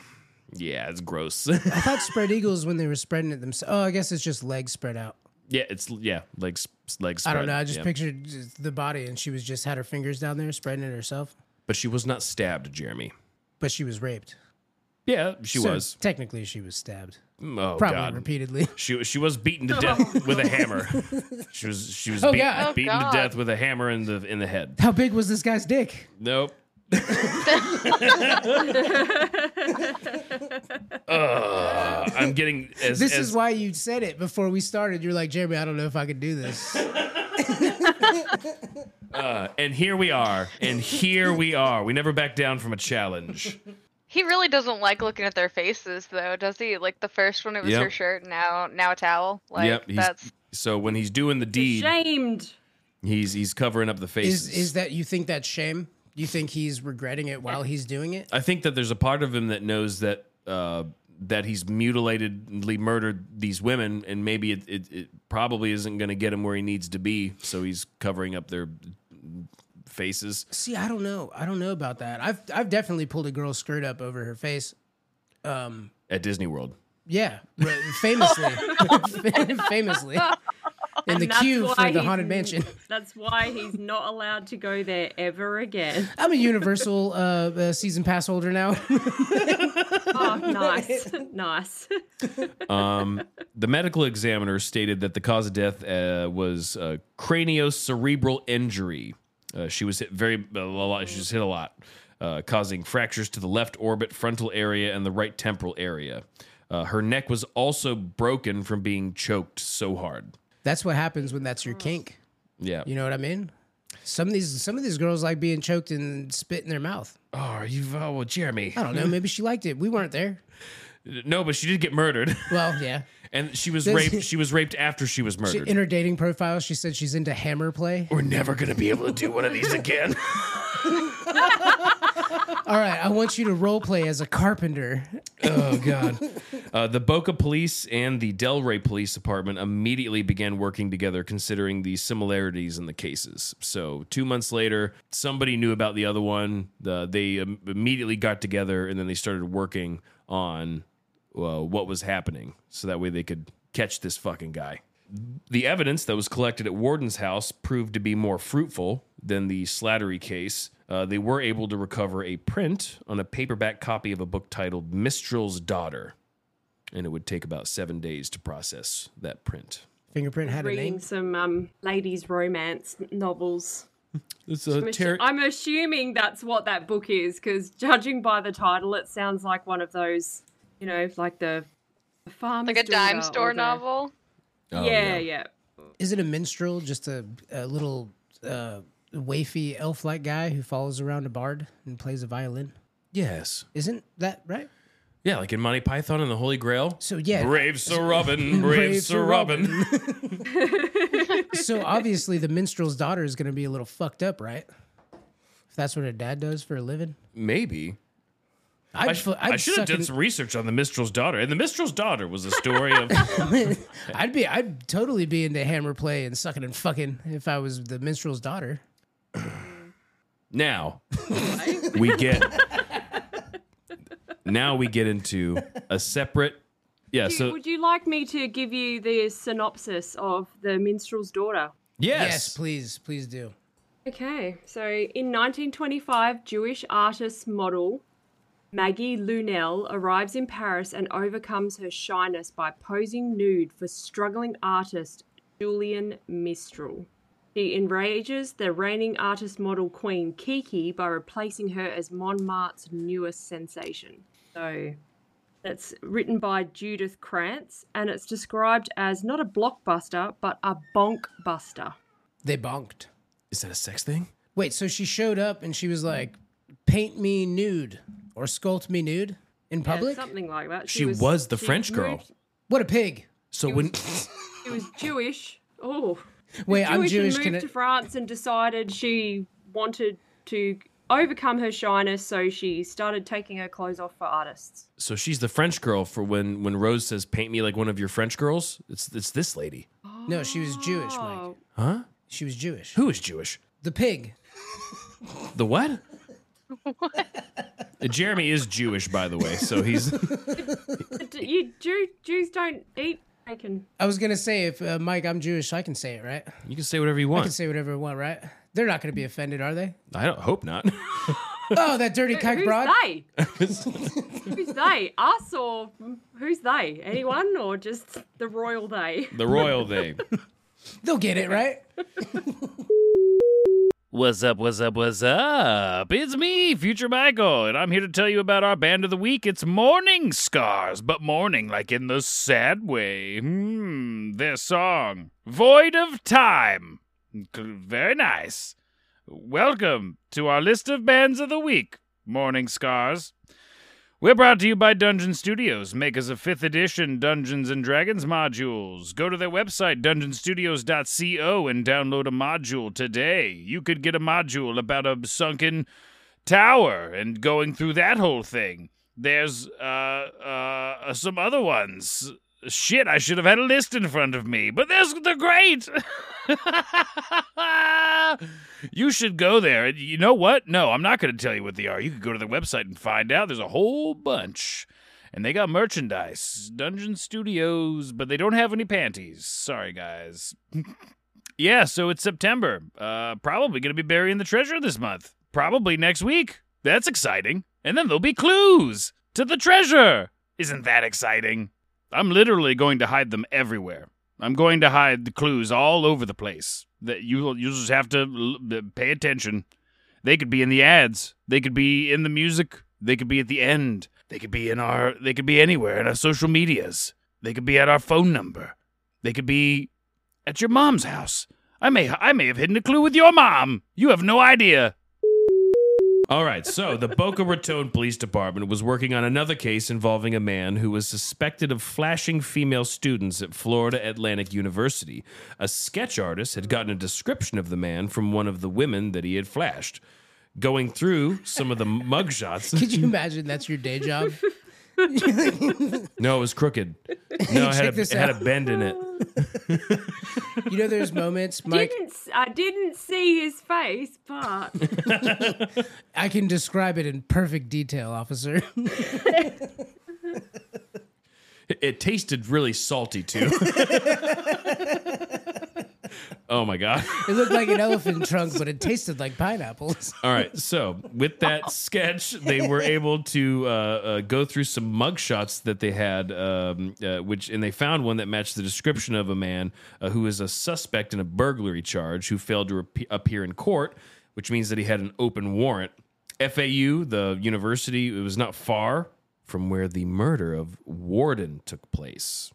Speaker 4: yeah. It's gross.
Speaker 2: I thought spread eagles when they were spreading it themselves. Oh, I guess it's just legs spread out.
Speaker 4: yeah, it's yeah, legs, legs.
Speaker 2: I don't know. I just
Speaker 4: yeah.
Speaker 2: pictured just the body and she was just had her fingers down there spreading it herself.
Speaker 4: But she was not stabbed, Jeremy.
Speaker 2: But she was raped.
Speaker 4: Yeah, she
Speaker 2: So
Speaker 4: was.
Speaker 2: Technically, she was stabbed.
Speaker 4: Oh
Speaker 2: Probably
Speaker 4: God.
Speaker 2: repeatedly.
Speaker 4: She she was beaten to death with a hammer. She was she was
Speaker 2: Oh,
Speaker 4: beat-
Speaker 2: God.
Speaker 4: beaten
Speaker 3: Oh, God.
Speaker 4: to death with a hammer in the in the head.
Speaker 2: How big was this guy's dick?
Speaker 4: Nope. Ugh, I'm getting as,
Speaker 2: This
Speaker 4: as-
Speaker 2: is why you said it before we started. You're like, Jeremy, I don't know if I could do this.
Speaker 4: uh, and here we are and here we are. We never back down from a challenge.
Speaker 3: He really doesn't like looking at their faces though, does he? Like the first one it was
Speaker 4: Yep.
Speaker 3: her shirt, now now a towel. Like
Speaker 4: yep, he's-
Speaker 3: that's
Speaker 4: so when he's doing the deed,
Speaker 6: Shamed.
Speaker 4: he's he's covering up the faces.
Speaker 2: Is is that you think that's shame? You think he's regretting it while he's doing it?
Speaker 4: I think that there's a part of him that knows that uh, that he's mutilatedly murdered these women, and maybe it, it, it probably isn't going to get him where he needs to be. So he's covering up their faces.
Speaker 2: See, I don't know. I don't know about that. I've I've definitely pulled a girl's skirt up over her face. Um,
Speaker 4: At Disney World,
Speaker 2: yeah, re- famously, famously, in the
Speaker 1: That's
Speaker 2: queue
Speaker 1: why
Speaker 2: for the
Speaker 1: he's-
Speaker 2: haunted mansion.
Speaker 1: That's why he's not allowed to go there ever again.
Speaker 2: I'm a Universal uh, uh, season pass holder now.
Speaker 1: Oh, nice, nice.
Speaker 4: um, the medical examiner stated that the cause of death uh, was uh, craniocerebral injury. Uh, she was hit very a lot. She was hit a lot, uh, causing fractures to the left orbit, frontal area, and the right temporal area. Uh, her neck was also broken from being choked so hard.
Speaker 2: that's what happens when that's your
Speaker 1: Oh.
Speaker 2: kink.
Speaker 4: Yeah.
Speaker 2: You know what I mean? Some of these some of these girls like being choked and spit in their mouth.
Speaker 4: Oh, are you? Oh, well, Jeremy.
Speaker 2: I don't
Speaker 1: Mm-hmm.
Speaker 2: know. Maybe she liked it. We weren't there.
Speaker 4: No, but she did get murdered,
Speaker 2: Well, yeah.
Speaker 4: and she was
Speaker 2: This-
Speaker 4: raped. She was raped after she was
Speaker 2: She,
Speaker 4: murdered.
Speaker 2: in her dating profile, she said she's into hammer play.
Speaker 4: We're never gonna be able to do one of these again.
Speaker 2: All right, I want you to role play as a carpenter.
Speaker 4: Oh God! uh, the Boca Police and the Delray Police Department immediately began working together, considering the similarities in the cases. So two months later, somebody knew about the other one. The, they um, immediately got together, and then they started working on uh, what was happening, so that way they could catch this fucking guy. The evidence that was collected at Warden's house proved to be more fruitful than the Slattery case. Uh, they were able to recover a print on a paperback copy of a book titled Mistral's Daughter, and it would take about seven days to process that print.
Speaker 2: Fingerprint had a
Speaker 1: Reading
Speaker 2: name.
Speaker 1: some um, ladies' romance novels.
Speaker 4: It's a
Speaker 1: Assu- I'm assuming that's what that book is, because judging by the title, it sounds like one of those, you know, like the, the farm,
Speaker 3: Like a dime store novel.
Speaker 4: Oh,
Speaker 1: yeah, yeah,
Speaker 2: Is it a minstrel? Just a, a little uh, wafy elf-like guy who follows around a bard and plays a violin?
Speaker 4: yes,
Speaker 2: Isn't that right?
Speaker 4: yeah, like in Monty Python and the Holy Grail.
Speaker 2: So yeah,
Speaker 4: Brave Sir Robin, brave, Sir Robin.
Speaker 2: so obviously the minstrel's daughter is going to be a little fucked up, right? If that's what her dad does for a living,
Speaker 4: Maybe
Speaker 2: I'd,
Speaker 4: I,
Speaker 2: fu- I'd
Speaker 4: should have
Speaker 2: suck
Speaker 4: done
Speaker 2: in-
Speaker 4: some research on the Mistral's Daughter, and the Mistral's Daughter was a story of.
Speaker 2: I'd be, I'd totally be into hammer play and sucking and fucking if I was the minstrel's daughter.
Speaker 4: Now we get now we get into a separate yeah
Speaker 1: Do-
Speaker 4: so
Speaker 1: Would you like me to give you the synopsis of The Minstrel's Daughter?
Speaker 4: yes,
Speaker 2: please, please do.
Speaker 1: Okay, so in 1925, Jewish artist model Maggie Lunel arrives in Paris and overcomes her shyness by posing nude for struggling artist Julian Mistral. She enrages the reigning artist model queen Kiki by replacing her as Montmartre's newest sensation. So that's written by Judith Krantz and it's described as not a blockbuster but a bonk buster.
Speaker 2: They bonked.
Speaker 4: is that a sex thing
Speaker 2: Wait, so she showed up and she was like, "Paint me nude or sculpt me nude in
Speaker 1: Yeah,
Speaker 2: public."
Speaker 1: something like that.
Speaker 4: She was the French girl.
Speaker 1: moved-
Speaker 2: what a pig!
Speaker 4: so when
Speaker 1: She was Jewish. Oh,
Speaker 2: Wait, I'm
Speaker 1: Jewish,
Speaker 2: Jewish.
Speaker 1: and
Speaker 2: Can
Speaker 1: moved
Speaker 2: I-
Speaker 1: to France and decided she wanted to overcome her shyness, so she started taking her clothes off for artists.
Speaker 4: so she's the French girl for when when Rose says paint me like one of your French girls it's it's this lady
Speaker 2: no, she was Jewish, Mike.
Speaker 1: Oh,
Speaker 4: huh
Speaker 2: She was Jewish.
Speaker 4: who is Jewish
Speaker 2: The pig.
Speaker 4: the what. Jeremy is Jewish, by the way, so he's
Speaker 1: but d- you Jew, Jews don't eat bacon.
Speaker 2: I was gonna say if uh, Mike, I'm Jewish, I can say it, right?
Speaker 4: you can say whatever you
Speaker 2: I can
Speaker 4: want.
Speaker 2: say whatever I want, right? They're not gonna be offended, are they?
Speaker 4: I, don't hope not.
Speaker 2: Oh, that dirty
Speaker 1: Who's
Speaker 2: cuck broad.
Speaker 1: they? who's they? Us or who's they? Anyone or just the royal they?
Speaker 4: the royal they.
Speaker 2: They'll get it, right?
Speaker 4: What's up, what's up, what's up? It's me, Future Michael, and I'm here to tell you about our band of the week. It's Morning Scars, but morning like in the sad way. Hmm, their song, Void of Time. Very nice. Welcome to our list of bands of the week, Morning Scars.
Speaker 7: We're brought to you by Dungeon Studios, makers of 5th edition Dungeons and Dragons modules. Go to their website, dungeonstudios.co, and download a module today. You could get a module about a sunken tower and going through that whole thing. There's uh, uh, some other ones. Shit, I should have had a list in front of me, but there's they're great. you should go there. And You know what? No, I'm not going to tell you what they are. You could go to their website and find out. There's a whole bunch. And they got merchandise, Dungeon Studios, but they don't have any panties. Sorry, guys. yeah, so it's September. Uh, probably going to be burying the treasure this month. Probably next week. That's exciting. And then there'll be clues to the treasure. Isn't that exciting? I'm literally going to hide them everywhere. I'm going to hide the clues all over the place. That you you just have to l- pay attention. They could be in the ads. They could be in the music. They could be at the end. They could be in our. They could be anywhere in our social medias. They could be at our phone number. They could be at your mom's house. I may I may have hidden a clue with your mom. You have no idea.
Speaker 4: All right, so the Boca Raton Police Department was working on another case involving a man who was suspected of flashing female students at Florida Atlantic University. A sketch artist had gotten a description of the man from one of the women that he had flashed. Going through some of the mugshots.
Speaker 2: Could you imagine that's your day job?
Speaker 4: No, it was crooked. No, it had,
Speaker 2: Check
Speaker 4: a, it
Speaker 2: this
Speaker 4: had a
Speaker 2: out.
Speaker 4: bend in it.
Speaker 2: You know, there's moments, Mike.
Speaker 1: Didn't s- I didn't see his face, but
Speaker 2: I can describe it in perfect detail, officer.
Speaker 4: It tasted really salty too. oh my god.
Speaker 2: It looked like an elephant trunk, but it tasted like pineapples.
Speaker 4: All right. So with that sketch, they were able to uh, uh, go through some mugshots that they had, um, uh, which and they found one that matched the description of a man uh, who is a suspect in a burglary charge who failed to ap- appear in court, which means that he had an open warrant. FAU, the university, it was not far from where the murder of Warden took place.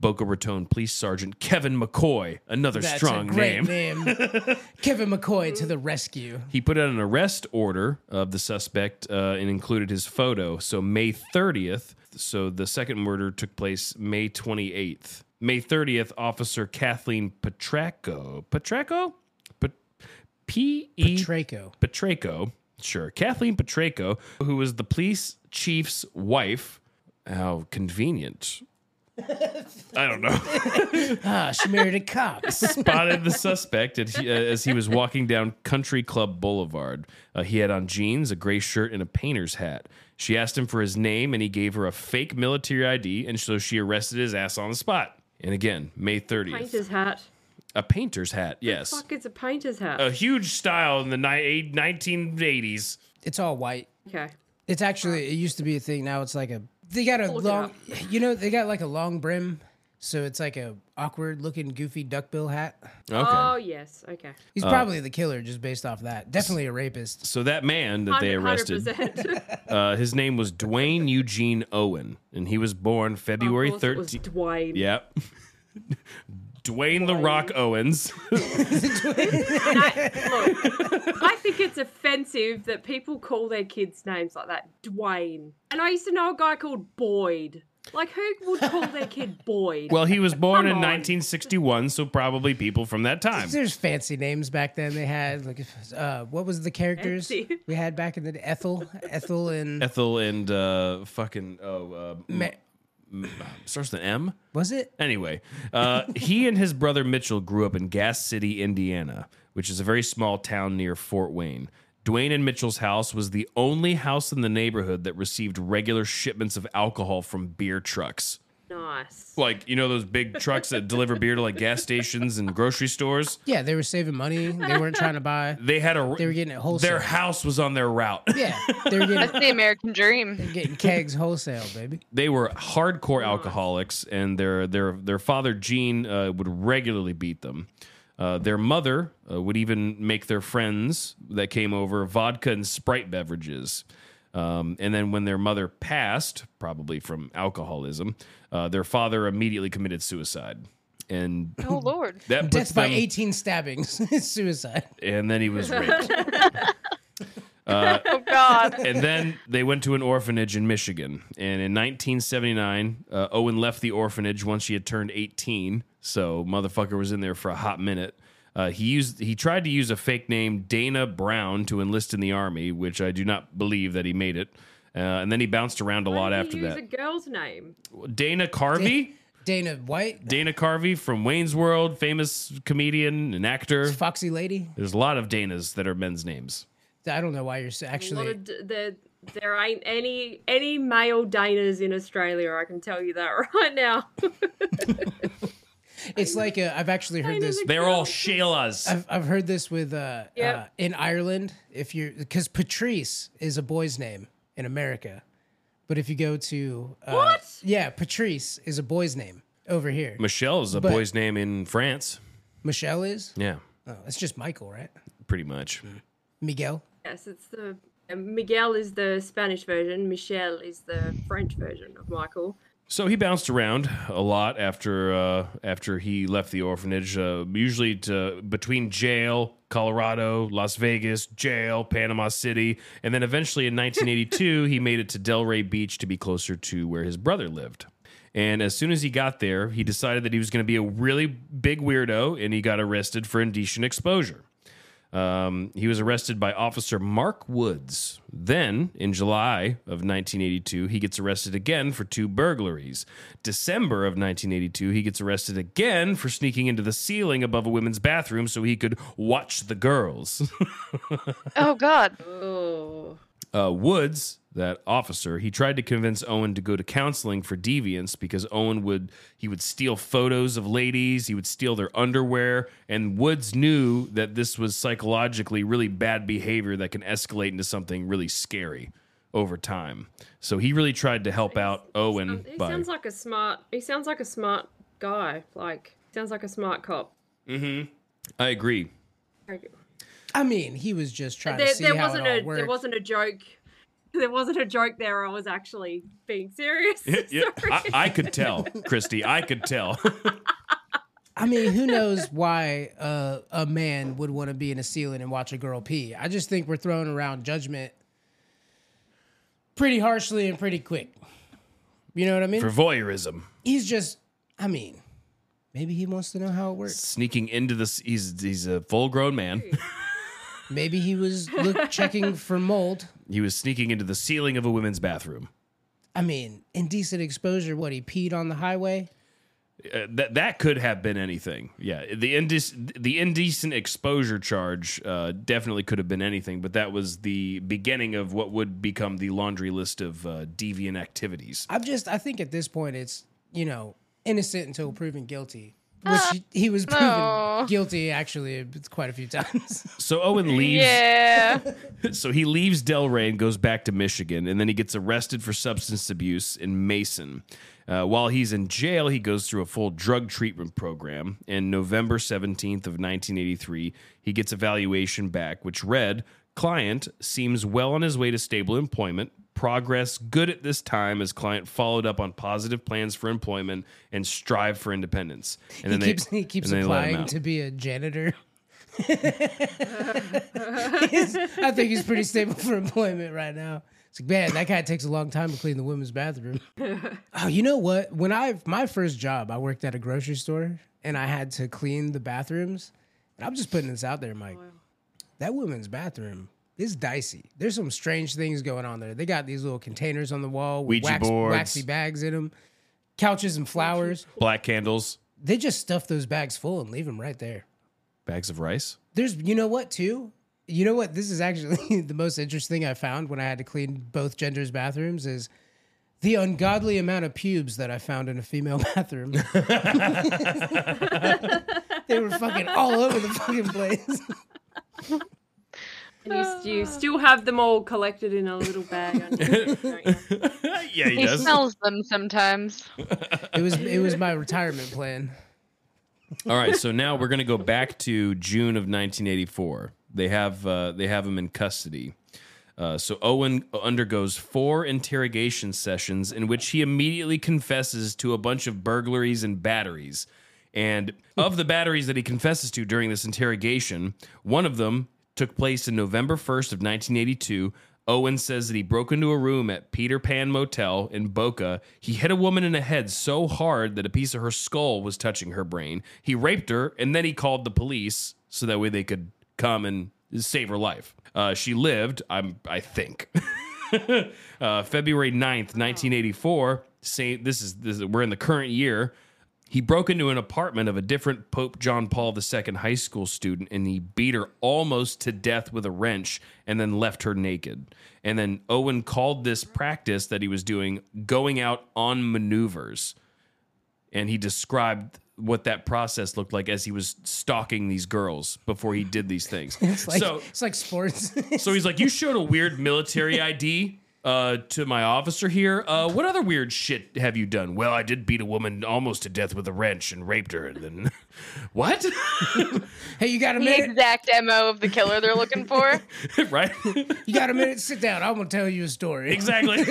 Speaker 4: Boca Raton Police Sergeant Kevin McCoy, another
Speaker 2: That's
Speaker 4: strong
Speaker 2: a great
Speaker 4: name.
Speaker 2: name. Kevin McCoy to the rescue.
Speaker 4: He put out an arrest order of the suspect uh, and included his photo. So May 30th. So the second murder took place May 28th. May 30th, Officer Kathleen Petraco. Petraco? Pet- P E
Speaker 2: Traco.
Speaker 4: Petraco. Sure. Kathleen Petraco, who was the police chief's wife. How convenient. I don't know.
Speaker 2: Ah, she married a cop.
Speaker 4: spotted the suspect at, uh, as he was walking down Country Club Boulevard. Uh, he had on jeans, a gray shirt, and a painter's hat. She asked him for his name, and he gave her a fake military ID, and so she arrested his ass on the spot. And again, May 30th.
Speaker 1: painter's hat.
Speaker 4: A painter's hat, yes.
Speaker 1: Fuck, it's a painter's hat.
Speaker 4: A huge style in the ni- eight- 1980s.
Speaker 2: It's all white.
Speaker 1: okay.
Speaker 2: It's actually it used to be a thing. Now it's like a they got a
Speaker 1: Look it
Speaker 2: long. You know they got like a long brim, so it's like a awkward looking goofy duckbill hat.
Speaker 4: Okay.
Speaker 1: Oh yes. Okay.
Speaker 2: He's probably the killer just based off that. Definitely a rapist.
Speaker 4: so that man that they arrested,
Speaker 1: 100%.
Speaker 4: uh, his name was Dwayne Eugene Owen, and he was born February
Speaker 1: Of course Oh, it was
Speaker 4: 13th.
Speaker 1: Dwayne.
Speaker 4: Yep. Dwayne the Rock Owens.
Speaker 1: I, look, I think it's offensive that people call their kids names like that. Dwayne. And I used to know a guy called Boyd. Like, who would call their kid Boyd?
Speaker 4: Well, he was born in
Speaker 1: on.
Speaker 4: 1961, so probably people from that time.
Speaker 2: There's fancy names back then. They had like uh, what was the characters
Speaker 1: Fancy.
Speaker 2: we had back in the day? Ethel, Ethel, and
Speaker 4: Ethel and uh, fucking oh, uh,
Speaker 2: Ma-
Speaker 4: starts with an M.
Speaker 2: was it?
Speaker 4: Anyway, uh, he and his brother Mitchell grew up in Gas City, Indiana, which is a very small town near Fort Wayne. Dwayne and Mitchell's house was the only house in the neighborhood that received regular shipments of alcohol from beer trucks.
Speaker 1: nice.
Speaker 4: Like, you know, those big trucks that deliver beer to like gas stations and grocery stores?
Speaker 2: Yeah, they were saving money. They weren't trying to buy.
Speaker 4: They had a.
Speaker 2: They were getting it wholesale.
Speaker 4: their house was on their route.
Speaker 2: yeah, they were getting
Speaker 3: That's the American dream.
Speaker 2: getting kegs wholesale, baby.
Speaker 4: they were hardcore alcoholics, and their their their father Gene uh, would regularly beat them. Uh, their mother uh, would even make their friends that came over vodka and Sprite beverages. Um, and then when their mother passed, probably from alcoholism, uh, their father immediately committed suicide, and
Speaker 3: Oh lord.
Speaker 4: that puts
Speaker 2: Death by
Speaker 4: them-
Speaker 2: 18 stabbings. It's suicide.
Speaker 4: And then he was raped.
Speaker 3: Oh God.
Speaker 4: and then they went to an orphanage in Michigan. And in 1979, uh, Owen left the orphanage once she had turned 18. So motherfucker was in there for a hot minute. Uh, he used he tried to use a fake name Dana Brown to enlist in the army, which I do not believe that he made it. Uh, and then he bounced around a lot
Speaker 1: Why
Speaker 4: after
Speaker 1: did you
Speaker 4: that.
Speaker 1: Use a girl's name.
Speaker 4: Dana Carvey,
Speaker 2: Dana White,
Speaker 4: Dana Carvey from Wayne's World, famous comedian and actor.
Speaker 2: Foxy Lady.
Speaker 4: There's a lot of Danas that are men's names.
Speaker 2: I don't know why you're s-
Speaker 1: A lot
Speaker 2: actually.
Speaker 1: of d- there, there ain't any any male Danas in Australia. I can tell you that right now.
Speaker 2: It's like i I've actually heard this.
Speaker 4: They're all Shaylas.
Speaker 2: I've, I've heard this with uh,
Speaker 1: Yep.
Speaker 2: uh in Ireland if you because Patrice is a boy's name in America, but if you go to uh, what? Yeah, Patrice is a boy's name over here.
Speaker 4: Michelle is a
Speaker 2: But-
Speaker 4: boy's name in France.
Speaker 2: Michelle is.
Speaker 4: Yeah,
Speaker 2: Oh, it's just Michael, right?
Speaker 4: pretty much.
Speaker 2: Miguel.
Speaker 1: yes, it's the uh, Miguel is the Spanish version. Michelle is the French version of Michael.
Speaker 4: So he bounced around a lot after uh, after he left the orphanage, uh, usually to between jail, Colorado, Las Vegas, jail, Panama City, and then eventually in 1982 he made it to Delray Beach to be closer to where his brother lived. And as soon as he got there, he decided that he was going to be a really big weirdo, and he got arrested for indecent exposure. Um, he was arrested by Officer Mark Woods. Then, in July of 1982, he gets arrested again for two burglaries. December of 1982, he gets arrested again for sneaking into the ceiling above a women's bathroom so he could watch the girls.
Speaker 3: Oh God.
Speaker 1: Oh,
Speaker 4: uh, Woods, that officer, he tried to convince Owen to go to counseling for deviance because Owen would he would steal photos of ladies, he would steal their underwear, and Woods knew that this was psychologically really bad behavior that can escalate into something really scary over time. So he really tried to help out Owen
Speaker 1: Um, he
Speaker 4: by
Speaker 1: sounds like a smart. He sounds like a smart guy. Like sounds like a smart cop.
Speaker 4: I agree.
Speaker 1: Like,
Speaker 2: I mean, he was just trying
Speaker 1: There,
Speaker 2: to see
Speaker 1: there
Speaker 2: how
Speaker 1: wasn't
Speaker 2: it all
Speaker 1: a
Speaker 2: worked.
Speaker 1: there wasn't a joke. There wasn't a joke there. I was actually being serious.
Speaker 4: Yeah, I, I could tell, Christy. I could tell.
Speaker 2: I mean, who knows why uh, a man would want to be in a ceiling and watch a girl pee? I just think we're throwing around judgment pretty harshly and pretty quick. You know what I mean?
Speaker 4: for voyeurism.
Speaker 2: He's just, I mean, maybe he wants to know how it works.
Speaker 4: Sneaking into this he's he's a full grown man.
Speaker 2: Maybe he was look, checking for mold.
Speaker 4: He was sneaking into the ceiling of a women's bathroom.
Speaker 2: I mean, indecent exposure. What he peed on the highway?
Speaker 4: Uh, that that could have been anything. Yeah, the indec- the indecent exposure charge uh, definitely could have been anything, but that was the beginning of what would become the laundry list of uh, deviant activities.
Speaker 2: I'm just, I think at this point it's, you know, innocent until proven guilty. Which he- he was proven
Speaker 3: no.
Speaker 2: guilty actually quite a few times.
Speaker 4: So Owen leaves.
Speaker 3: Yeah.
Speaker 4: So he leaves Delray and goes back to Michigan, and then he gets arrested for substance abuse in Mason. Uh, while he's in jail, he goes through a full drug treatment program. And November 17th of 1983, he gets a valuation back, which read, client seems well on his way to stable employment. Progress good at this time as client followed up on positive plans for employment and strive for independence. And
Speaker 2: he keeps he keeps
Speaker 4: and they let him
Speaker 2: applying
Speaker 4: out.
Speaker 2: to be a janitor. He's- I think he's pretty stable for employment right now. It's like, man, that guy takes a long time to clean the women's bathroom. oh, you know what? When I my first job, I worked at a grocery store and I had to clean the bathrooms. And I'm just putting this out there, Mike. That women's bathroom is dicey. There's some strange things going on there. They got these little containers on the wall with
Speaker 4: Ouija
Speaker 2: wax,
Speaker 4: boards.
Speaker 2: waxy bags in them, couches and flowers
Speaker 4: black candles,
Speaker 2: they just stuff those bags full and leave them right there.
Speaker 4: bags of rice.
Speaker 2: There's, you know what, too? You know what? This is actually the most interesting I found when I had to clean both genders' bathrooms is the ungodly amount of pubes that I found in a female bathroom. they were fucking all over the fucking place.
Speaker 1: And you, s- you still have them all collected in a little bag. under your seat, don't you?
Speaker 4: yeah,
Speaker 3: He smells them sometimes.
Speaker 2: It was it was my retirement plan.
Speaker 4: All right, so now we're going to go back to June of 1984. They have uh, they have him in custody. Uh, so Owen undergoes four interrogation sessions in which he immediately confesses to a bunch of burglaries and batteries. And of the batteries that he confesses to during this interrogation, one of them took place in November 1st of 1982. Owen says that he broke into a room at Peter Pan Motel in Boca. He hit a woman in the head so hard that a piece of her skull was touching her brain. He raped her, and then he called the police so that way they could come and save her life. Uh, she lived, I'm, I think. uh, February 9th, 1984. Same, this is, this is, we're in the current year. He broke into an apartment of a different Pope John Paul II high school student and he beat her almost to death with a wrench and then left her naked. And then Owen called this practice that he was doing going out on maneuvers. And he described what that process looked like as he was stalking these girls before he did these things.
Speaker 2: It's like,
Speaker 4: so
Speaker 2: it's like sports.
Speaker 4: so he's like, "You showed a weird military ID uh, to my officer here. Uh, what other weird shit have you done? Well, I did beat a woman almost to death with a wrench and raped her. And then what?
Speaker 2: hey, you got a
Speaker 3: The
Speaker 2: minute?
Speaker 3: exact mo of the killer they're looking for.
Speaker 4: right?
Speaker 2: You got a minute? Sit down. I'm gonna tell you a story.
Speaker 4: exactly.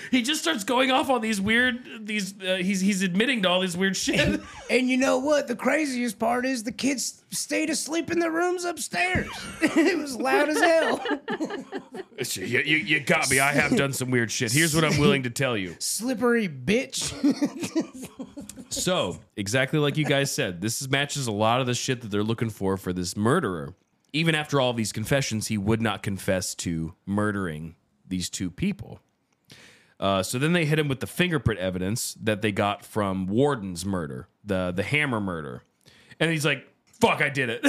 Speaker 4: he just starts going off on these weird. These uh, he's he's admitting to all this weird shit.
Speaker 2: And you know what? The craziest part is the kids stayed asleep in their rooms upstairs. it was loud as hell.
Speaker 4: you, you, you got me. I have done some weird shit. Here's what I'm willing to tell you.
Speaker 2: Slippery bitch.
Speaker 4: So, exactly like you guys said, this is- matches a lot of the shit that they're looking for for this murderer. Even after all these confessions, he would not confess to murdering these two people. Uh, so then they hit him with the fingerprint evidence that they got from Warden's murder, the the hammer murder, and he's like, "Fuck, I did it."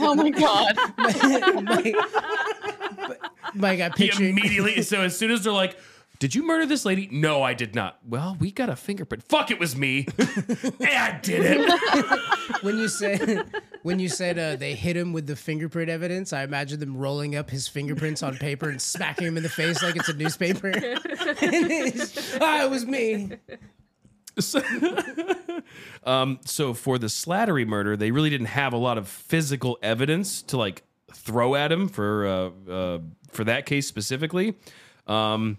Speaker 3: Oh my god.
Speaker 2: Mike, Mike, I
Speaker 4: he
Speaker 2: picture
Speaker 4: immediately. So as soon as they're like. Did you murder this lady? No, I did not. Well, we got a fingerprint. Fuck, it was me. hey, I did it.
Speaker 2: when you said when you said uh, they hit him with the fingerprint evidence. I imagine them rolling up his fingerprints on paper and smacking him in the face like it's a newspaper. and it's, ah, it was me.
Speaker 4: so for the Slattery murder, they really didn't have a lot of physical evidence to like throw at him for uh, uh, for that case specifically. Um,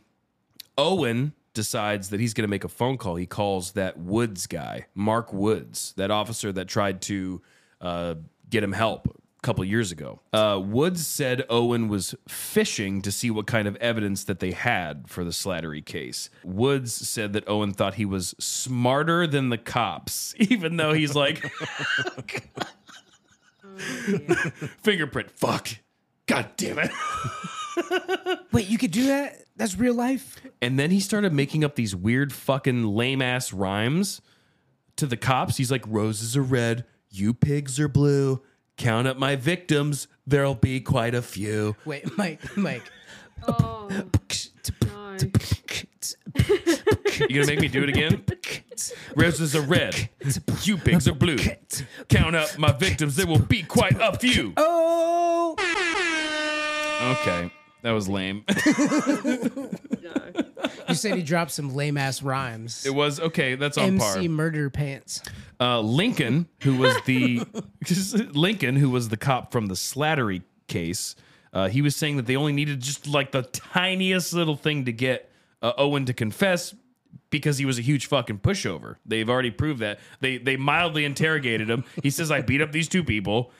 Speaker 4: Owen decides that he's going to make a phone call. He calls that Woods guy, Mark Woods, that officer that tried to uh, get him help a couple years ago. Uh, Woods said Owen was fishing to see what kind of evidence that they had for the Slattery case. Woods said that Owen thought he was smarter than the cops, even though he's like, fingerprint, fuck, god damn it.
Speaker 2: Wait, you could do that? That's real life.
Speaker 4: And then he started making up these weird fucking lame ass rhymes to the cops. He's like, Roses are red, you pigs are blue. Count up my victims, there'll be quite a few.
Speaker 2: Wait, Mike, Mike.
Speaker 1: Oh, no.
Speaker 4: You gonna make me do it again? Roses are red, you pigs are blue. Count up my victims, there will be quite a few.
Speaker 2: Oh,
Speaker 4: Okay, that was lame.
Speaker 2: you said he dropped some lame ass rhymes.
Speaker 4: It was okay, that's on par.
Speaker 2: MC Murder Pants.
Speaker 4: uh, Lincoln, who was the Lincoln, who was the cop from the Slattery case, uh, he was saying that they only needed just like the tiniest little thing to get uh, Owen to confess because he was a huge fucking pushover. They've already proved that. They they mildly interrogated him. He says, "I beat up these two people.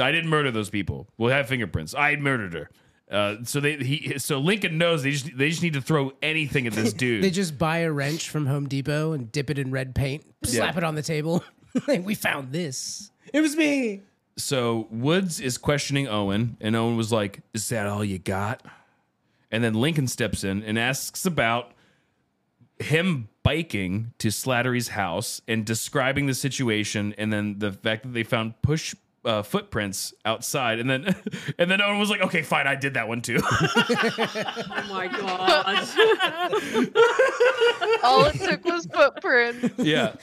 Speaker 4: I didn't murder those people. We'll have fingerprints. I murdered her." Uh, so they he so Lincoln knows they just they just need to throw anything at this dude.
Speaker 2: They just buy a wrench from Home Depot and dip it in red paint, slap it on the table. like, we found this. It was me.
Speaker 4: so Woods is questioning Owen, and Owen was like, "Is that all you got?" And then Lincoln steps in and asks about him biking to Slattery's house and describing the situation, and then the fact that they found push uh, footprints outside, and then and then Owen was like, "Okay, fine, I did that one too."
Speaker 1: Oh my god.
Speaker 3: All it took was footprints.
Speaker 4: yeah,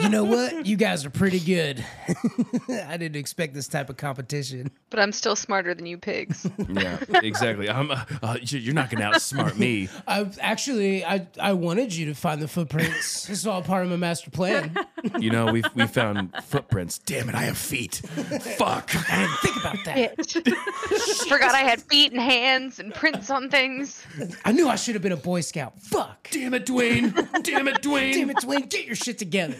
Speaker 2: You know what? You guys are pretty good. I didn't expect this type of competition.
Speaker 3: But I'm still smarter than you pigs.
Speaker 4: yeah, exactly. I'm, uh, uh, you- you're not gonna outsmart me.
Speaker 2: I actually, I I wanted you to find the footprints. this is all part of my master plan.
Speaker 4: You know, we we found footprints. Damn it, I have feet. Fuck.
Speaker 2: I didn't think about that.
Speaker 3: Forgot I had feet and hands and prints on things.
Speaker 2: I knew I should have been a Boy Scout. Fuck.
Speaker 4: Damn it, Dwayne. Damn it, Dwayne.
Speaker 2: Damn it, Dwayne, get your shit together.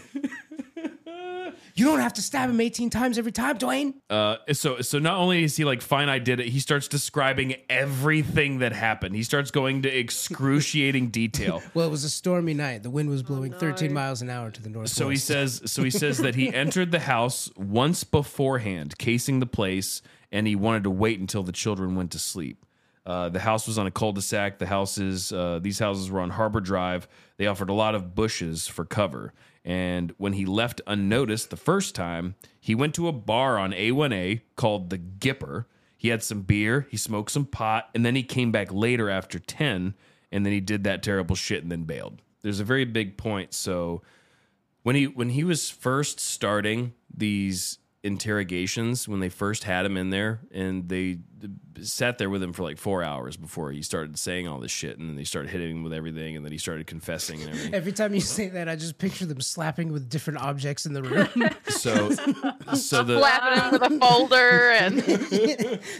Speaker 2: You don't have to stab him 18 times every time, Dwayne.
Speaker 4: Uh, so so not only is he like fine I did it he starts describing everything that happened he starts going to excruciating detail
Speaker 2: Well, it was a stormy night. The wind was blowing 13 miles an hour to the northwest.
Speaker 4: Oh, So he says so he says that he entered the house once beforehand, casing the place, and he wanted to wait until the children went to sleep. Uh, the house was on a cul-de-sac. The houses, uh, these houses were on Harbor Drive. They offered a lot of bushes for cover. And when he left unnoticed the first time, he went to a bar on A1A called the Gipper. He had some beer, he smoked some pot, and then he came back later after 10, and then he did that terrible shit and then bailed. There's a very big point. So when he when he was first starting these interrogations when they first had him in there and they sat there with him for like four hours before he started saying all this shit and then they started hitting him with everything and then he started confessing and everything
Speaker 2: Every time you say that, I just picture them slapping with different objects in the room.
Speaker 4: so so the
Speaker 3: Slapping him with a folder and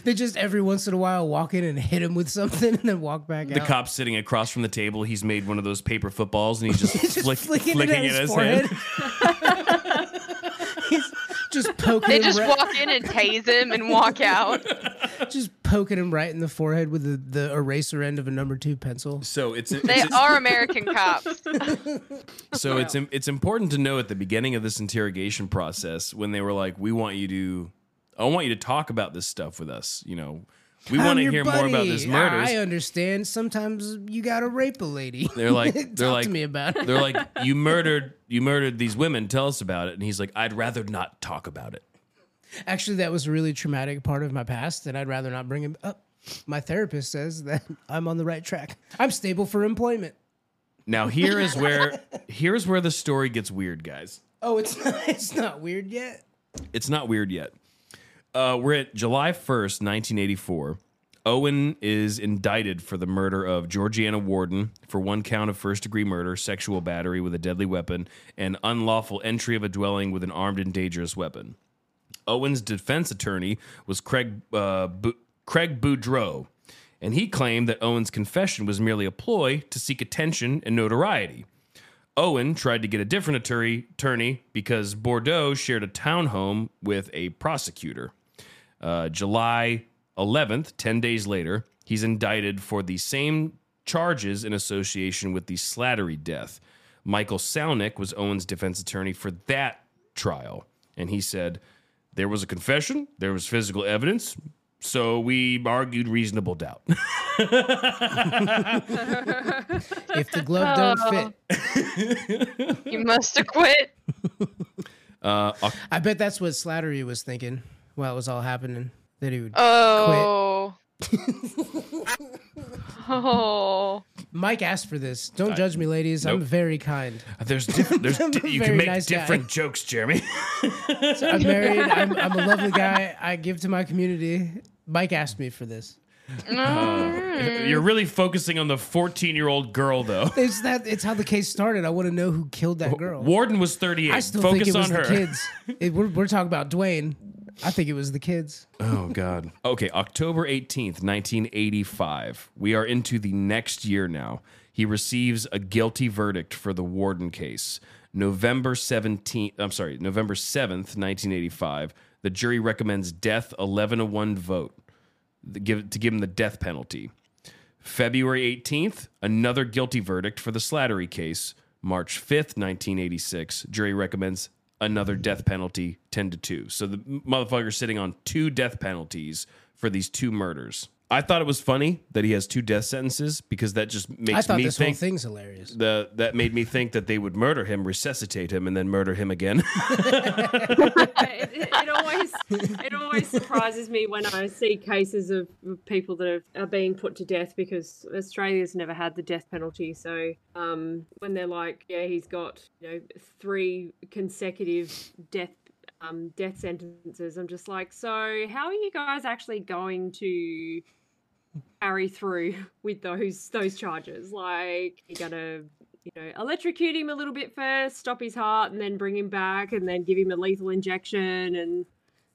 Speaker 2: they just every once in a while walk in and hit him with something and then walk back
Speaker 4: the
Speaker 2: out.
Speaker 4: cop sitting across from the table he's made one of those paper footballs and he's just,
Speaker 2: He's just
Speaker 4: flick,
Speaker 2: flicking,
Speaker 4: flicking
Speaker 2: it at his,
Speaker 4: hand
Speaker 2: forehead. He's just poking
Speaker 3: they
Speaker 2: him
Speaker 3: just
Speaker 2: right,
Speaker 3: walk in and tase him and walk out.
Speaker 2: just poking him right in the forehead with the, the eraser end of a number two pencil.
Speaker 4: so it's, it's
Speaker 3: They are American cops.
Speaker 4: So it's im- it's important to know at the beginning of this interrogation process when they were like, "We want you to, I want you to talk about this stuff with us." You know, we want to hear more about this
Speaker 2: I
Speaker 4: murder.
Speaker 2: understand. Sometimes you gotta rape a lady.
Speaker 4: They're like, they're
Speaker 2: Talk
Speaker 4: like,
Speaker 2: to me about it.
Speaker 4: they're like, "You murdered, you murdered these women. Tell us about it." And he's like, "I'd rather not talk about it."
Speaker 2: Actually, that was a really traumatic part of my past that I'd rather not bring him up. My therapist says that I'm on the right track. I'm stable for employment.
Speaker 4: Now here is where here is where the story gets weird, guys.
Speaker 2: Oh, it's not, it's not weird yet.
Speaker 4: It's not weird yet. Uh, we're at July 1st, 1984. Owen is indicted for the murder of Georgiana Warden for one count of first degree murder, sexual battery with a deadly weapon, and unlawful entry of a dwelling with an armed and dangerous weapon. Owen's defense attorney was Craig, uh, Bu- Craig Boudreau, and he claimed that Owen's confession was merely a ploy to seek attention and notoriety. Owen tried to get a different attorney, attorney because Bordeaux shared a townhome with a prosecutor. Uh, July 11th, 10 days later, he's indicted for the same charges in association with the Slattery death. Michael Salnick was Owen's defense attorney for that trial. And he said, There was a confession, there was physical evidence, so we argued reasonable doubt.
Speaker 2: If the glove don't fit,
Speaker 3: You must have quit.
Speaker 4: Uh,
Speaker 2: I bet that's what Slattery was thinking while it was all happening. That he would.
Speaker 3: Oh. oh.
Speaker 2: Mike asked for this. Don't judge me, ladies. I'm
Speaker 4: Nope.
Speaker 2: very kind.
Speaker 4: There's different, there's di- you
Speaker 2: Very
Speaker 4: can make
Speaker 2: nice guy.
Speaker 4: different jokes, Jeremy.
Speaker 2: I'm married. I'm, I'm a lovely guy. I give to my community. Mike asked me for this.
Speaker 4: You're really focusing on the 14 year old girl, though.
Speaker 2: It's that. It's how Mm. the case started. I want to know who killed that girl.
Speaker 4: Warden was 38.
Speaker 2: I still
Speaker 4: Focus
Speaker 2: think it was
Speaker 4: on
Speaker 2: the
Speaker 4: her.
Speaker 2: kids. It- we're, we're talking about Dwayne. I think it was the kids.
Speaker 4: Oh, God. okay, October 18th, 1985. We are into the next year now. He receives a guilty verdict for the Warden case. November 17th, I'm sorry, November 7th, 1985. The jury recommends death 11 to 1 vote the- give, to give him the death penalty. February 18th, another guilty verdict for the Slattery case. March 5th, 1986, jury recommends another death penalty 10 to 2. So the motherfucker's sitting on two death penalties for these two murders. I thought it was funny that he has two death sentences because that just
Speaker 2: I
Speaker 4: makes
Speaker 2: thought
Speaker 4: me
Speaker 2: this whole
Speaker 4: think
Speaker 2: thing's hilarious.
Speaker 4: the that made me think that they would murder him, resuscitate him and then murder him again.
Speaker 1: it, it- it always it always surprises me when I see cases of people that are, are being put to death because Australia's never had the death penalty. So um, when they're like, yeah, he's got you know three consecutive death um, death sentences, I'm just like, so how are you guys actually going to? carry through with those those charges like you're gonna you know, electrocute him a little bit first, stop his heart, and then bring him back, and then give him a lethal injection, and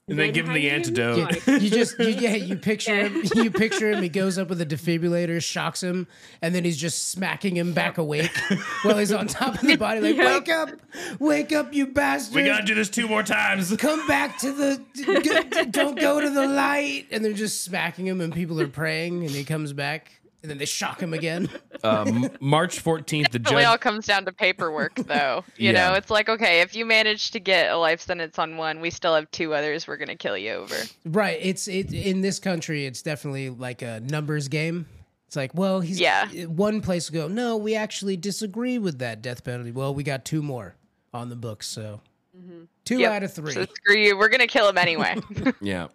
Speaker 4: And then give him the
Speaker 6: hanging him?
Speaker 4: antidote.
Speaker 6: Like,
Speaker 2: You just you, yeah, you picture
Speaker 6: Yeah.
Speaker 2: him. You picture him. He goes up with a defibrillator, shocks him, and then he's just smacking him back awake while he's on top of the body. Like, wake up, wake up, you bastard!
Speaker 4: We gotta do this two more times.
Speaker 2: Come back to the. d- g- don't go to the light. And they're just smacking him, and people are praying, and he comes back, and then they shock him again.
Speaker 4: Um, March fourteenth, the
Speaker 3: It really all
Speaker 4: judge.
Speaker 3: comes down to paperwork, though. You
Speaker 4: Yeah.
Speaker 3: know, it's like okay, if you manage to get a life sentence on one, we still have two others we're gonna kill you over.
Speaker 2: Right. It's it in this country. It's definitely like a numbers game. It's like, well, he's
Speaker 3: Yeah.
Speaker 2: One place will go, no, we actually disagree with that death penalty. Well, we got two more on the books, so two
Speaker 3: Mm-hmm. Yep.
Speaker 2: out of three.
Speaker 3: So screw you. We're gonna kill him anyway.
Speaker 4: Yeah.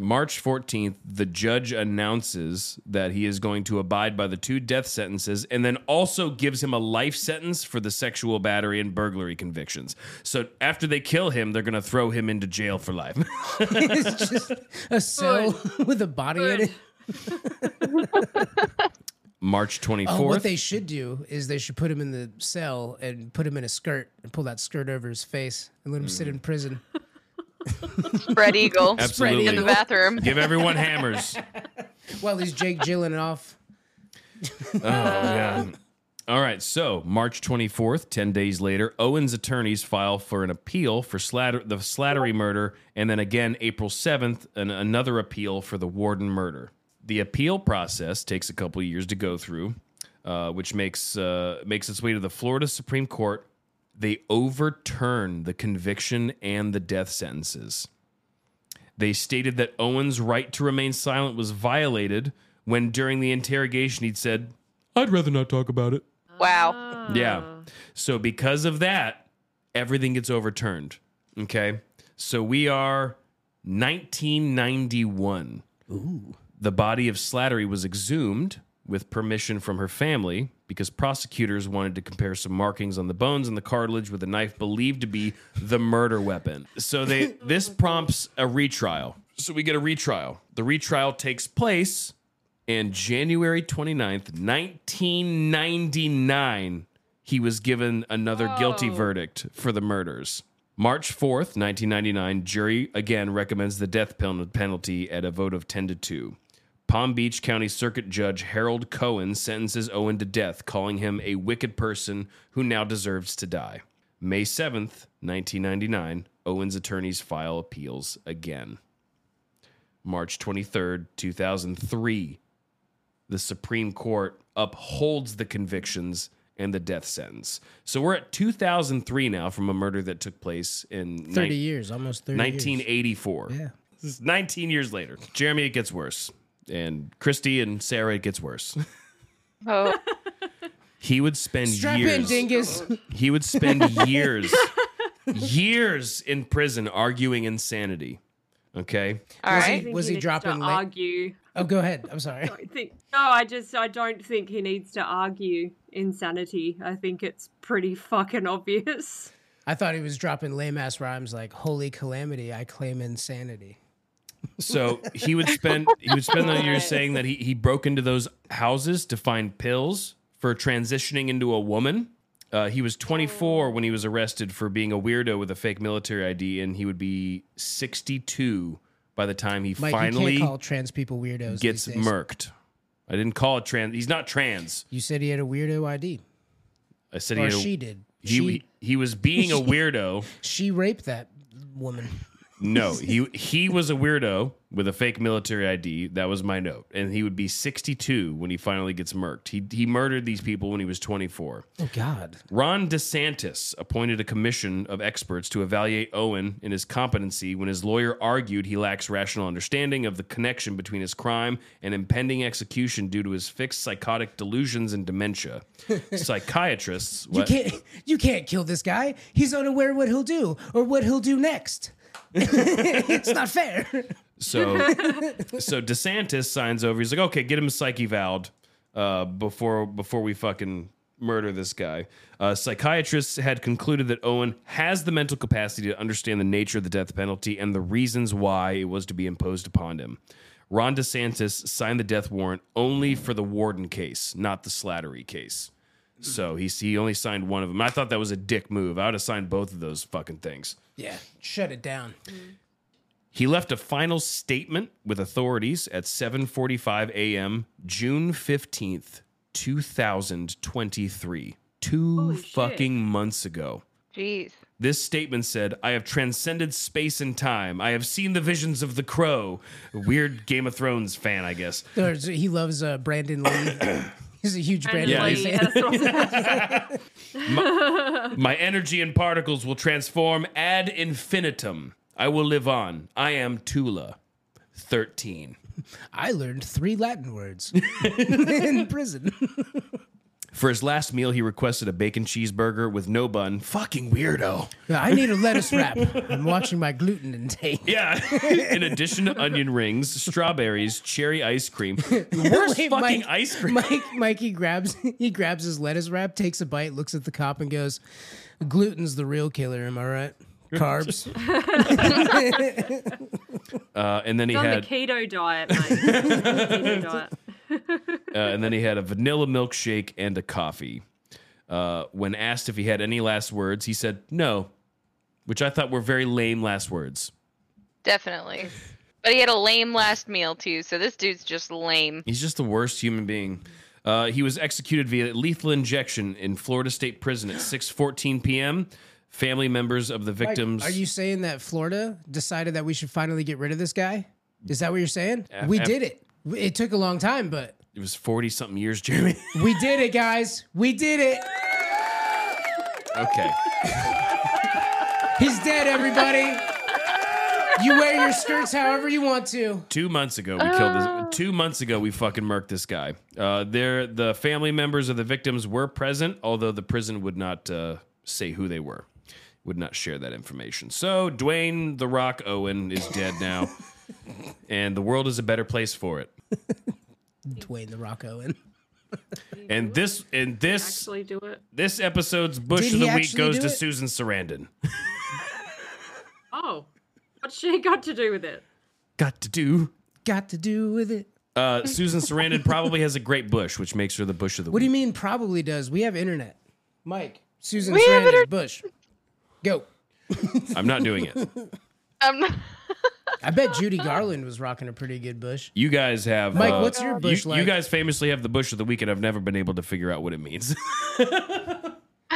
Speaker 4: March 14th, the judge announces that he is going to abide by the two death sentences and then also gives him a life sentence for the sexual battery and burglary convictions. So after they kill him, they're going to throw him into jail for life.
Speaker 2: it's just a cell with a body in it.
Speaker 4: March 24th.
Speaker 2: Oh, what they should do is they should put him in the cell and put him in a skirt and pull that skirt over his face and let him
Speaker 4: Mm.
Speaker 2: sit in prison.
Speaker 3: Spread eagle
Speaker 4: Absolutely.
Speaker 3: in the bathroom.
Speaker 4: Give everyone hammers.
Speaker 2: While he's Jake Gyllenhaal off.
Speaker 4: Oh, yeah. All right, so March 24th, 10 days later, Owen's attorneys file for an appeal for Slatter, the Slattery murder, and then again, April 7th, an, another appeal for the Warden murder. The appeal process takes a couple years to go through, uh, which makes, uh, makes its way to the Florida Supreme Court. They overturn the conviction and the death sentences. They stated that Owen's right to remain silent was violated when during the interrogation he'd said, I'd rather not talk about it. Uh.
Speaker 3: Wow.
Speaker 4: Yeah. Ah. So because of that, everything gets overturned. Okay. So we are 1991. The body of Slattery was exhumed with permission from her family because prosecutors wanted to compare some markings on the bones and the cartilage with a knife believed to be the murder weapon. So they this prompts a retrial. So we get a retrial. The retrial takes place and January 29th, 1999, he was given another guilty verdict for the murders. March 4th, 1999, jury again recommends the death pen- penalty at a vote of 10 to 2. Palm Beach County Circuit Judge Harold Cohen sentences Owen to death, calling him a wicked person who now deserves to die. May 7th, 1999, Owen's attorneys file appeals again. March 23rd, 2003, the Supreme Court upholds the convictions and the death sentence. So we're at 2003 now from a murder that took place in
Speaker 2: Thirty
Speaker 4: nine-
Speaker 2: years, almost thirty. years.
Speaker 4: 1984.
Speaker 2: Yeah.
Speaker 4: This is 19 years later. Jeremy, it gets worse. And Christy and Sarah, it gets worse.
Speaker 3: Oh,
Speaker 4: He would spend
Speaker 2: Strap in,
Speaker 4: years.
Speaker 2: dingus.
Speaker 3: Oh.
Speaker 4: He would spend years, years in prison arguing insanity. Okay.
Speaker 3: all right.
Speaker 2: Was he
Speaker 1: needs
Speaker 2: dropping
Speaker 1: to
Speaker 2: la-
Speaker 1: argue?
Speaker 2: Oh, go ahead. I'm sorry.
Speaker 1: I think no. I just I don't think he needs to argue insanity. I think it's pretty fucking obvious.
Speaker 2: I thought he was dropping lame ass rhymes like "Holy calamity, I claim insanity."
Speaker 4: So he would spend he would spend the years saying that he, he broke into those houses to find pills for transitioning into a woman. Uh, he was
Speaker 2: Oh.
Speaker 4: 24 when he was arrested for being a weirdo with a fake military ID, and he would be 62 by the time he
Speaker 2: Mike, you
Speaker 4: finally
Speaker 2: can't call trans people weirdos.
Speaker 4: gets
Speaker 2: these days.
Speaker 4: murked. I didn't call it trans. He's not trans.
Speaker 2: You said he had a weirdo ID,
Speaker 4: I said he,
Speaker 2: or
Speaker 4: had a-
Speaker 2: she did.
Speaker 4: he,
Speaker 2: she
Speaker 4: he was being a weirdo.
Speaker 2: she raped that woman.
Speaker 4: No, he he was a weirdo with a fake military ID. That was my note. And he would be 62 when he finally gets murked. He he murdered these people when he was 24.
Speaker 2: Oh God!
Speaker 4: Ron DeSantis appointed a commission of experts to evaluate Owen in his competency when his lawyer argued he lacks rational understanding of the connection between his crime and impending execution due to his fixed psychotic delusions and dementia. Psychiatrists
Speaker 2: You can't you can't kill this guy. He's unaware what he'll do or what he'll do next. it's not fair.
Speaker 4: So, so DeSantis signs over. He's like, okay, get him psyche valved uh, before before we fucking murder this guy. Uh, psychiatrists had concluded that Owen has the mental capacity to understand the nature of the death penalty and the reasons why it was to be imposed upon him. Ron DeSantis signed the death warrant only for the Warden case, not the Slattery case. So he he only signed one of them. I thought that was a dick move. I would have signed both of those fucking things.
Speaker 2: Yeah, shut it down.
Speaker 4: He left a final statement with authorities at 7:45 a.m. June 15th, 2023. Two
Speaker 1: Holy shit.
Speaker 4: fucking months ago.
Speaker 3: Jeez.
Speaker 4: This statement said, I have transcended space and time. I have seen the visions of the crow. A weird Game of Thrones fan, I guess.
Speaker 2: Or is it- he loves uh, Brandon Lee. He's a huge
Speaker 1: And
Speaker 2: Brandon,
Speaker 4: Yeah,
Speaker 1: like,
Speaker 2: Lee
Speaker 1: yeah,
Speaker 2: fan.
Speaker 1: that's what I was about to say.
Speaker 4: My energy and particles will transform ad infinitum. I will live on. I am Tula. 13.
Speaker 2: I learned three Latin words in prison.
Speaker 4: For his last meal, he requested a bacon cheeseburger with no bun. Fucking weirdo.
Speaker 2: I need a lettuce wrap. I'm watching my gluten intake.
Speaker 4: Yeah. In addition to onion rings, strawberries, cherry ice cream. Worst
Speaker 2: Wait,
Speaker 4: fucking
Speaker 2: Mike-
Speaker 4: ice cream.
Speaker 2: Mike, Mikey grabs he grabs his lettuce wrap, takes a bite, looks at the cop, and goes, "Gluten's the real killer. Am I right? Carbs."
Speaker 4: Uh, and then he
Speaker 1: He's on
Speaker 4: had
Speaker 1: the keto diet, mate. keto diet.
Speaker 4: uh, and then he had a vanilla milkshake and a coffee. Uh, when asked if he had any last words, he said no, which I thought were very lame last words.
Speaker 3: Definitely. But he had a lame last meal too, so this dude's just lame.
Speaker 4: He's just the worst human being. Uh, he was executed via lethal injection in Florida State Prison at 6:14 p.m. Family members of the victims.
Speaker 2: Are you saying that Florida decided that we should finally get rid of this guy? Is that what you're saying?
Speaker 4: F-
Speaker 2: we
Speaker 4: F-
Speaker 2: did it. It took a long time, but
Speaker 4: It was 40 something years, Jeremy.
Speaker 2: we did it, guys. We did it.
Speaker 4: okay.
Speaker 2: He's dead, everybody. You wear your skirts however you want to.
Speaker 4: Two months ago, we killed
Speaker 2: Ah.
Speaker 4: this. Two months ago, we fucking murked this guy. Uh, there, the family members of the victims were present, although the prison would not uh, say who they were, would not share that information. So, Dwayne the Rock Owen is dead now, and the world is a better place for it.
Speaker 2: Dwayne the Rock Owen.
Speaker 4: And this, and this,
Speaker 1: Actually, do it.
Speaker 4: this episode's Bush
Speaker 2: Did he
Speaker 4: of the week
Speaker 2: actually
Speaker 4: goes
Speaker 2: do
Speaker 4: to
Speaker 2: it?
Speaker 4: Susan Sarandon.
Speaker 1: Oh, what's she got to do with it?
Speaker 4: Got to do.
Speaker 2: Got to do with it.
Speaker 4: Uh, Susan Sarandon probably has a great bush, which makes her the Bush of the
Speaker 2: What do
Speaker 4: week.
Speaker 2: you mean probably does? We have internet. Mike, Susan
Speaker 3: We have
Speaker 2: Sarandon,
Speaker 3: inter-
Speaker 2: Bush. Go.
Speaker 4: I'm not doing it.
Speaker 3: Um,
Speaker 2: I bet Judy Garland was rocking a pretty good bush.
Speaker 4: You guys have
Speaker 2: Mike,
Speaker 4: uh,
Speaker 2: what's your bush
Speaker 4: you,
Speaker 2: like?
Speaker 4: you guys famously have the bush of the week, and I've never been able to figure out what it means.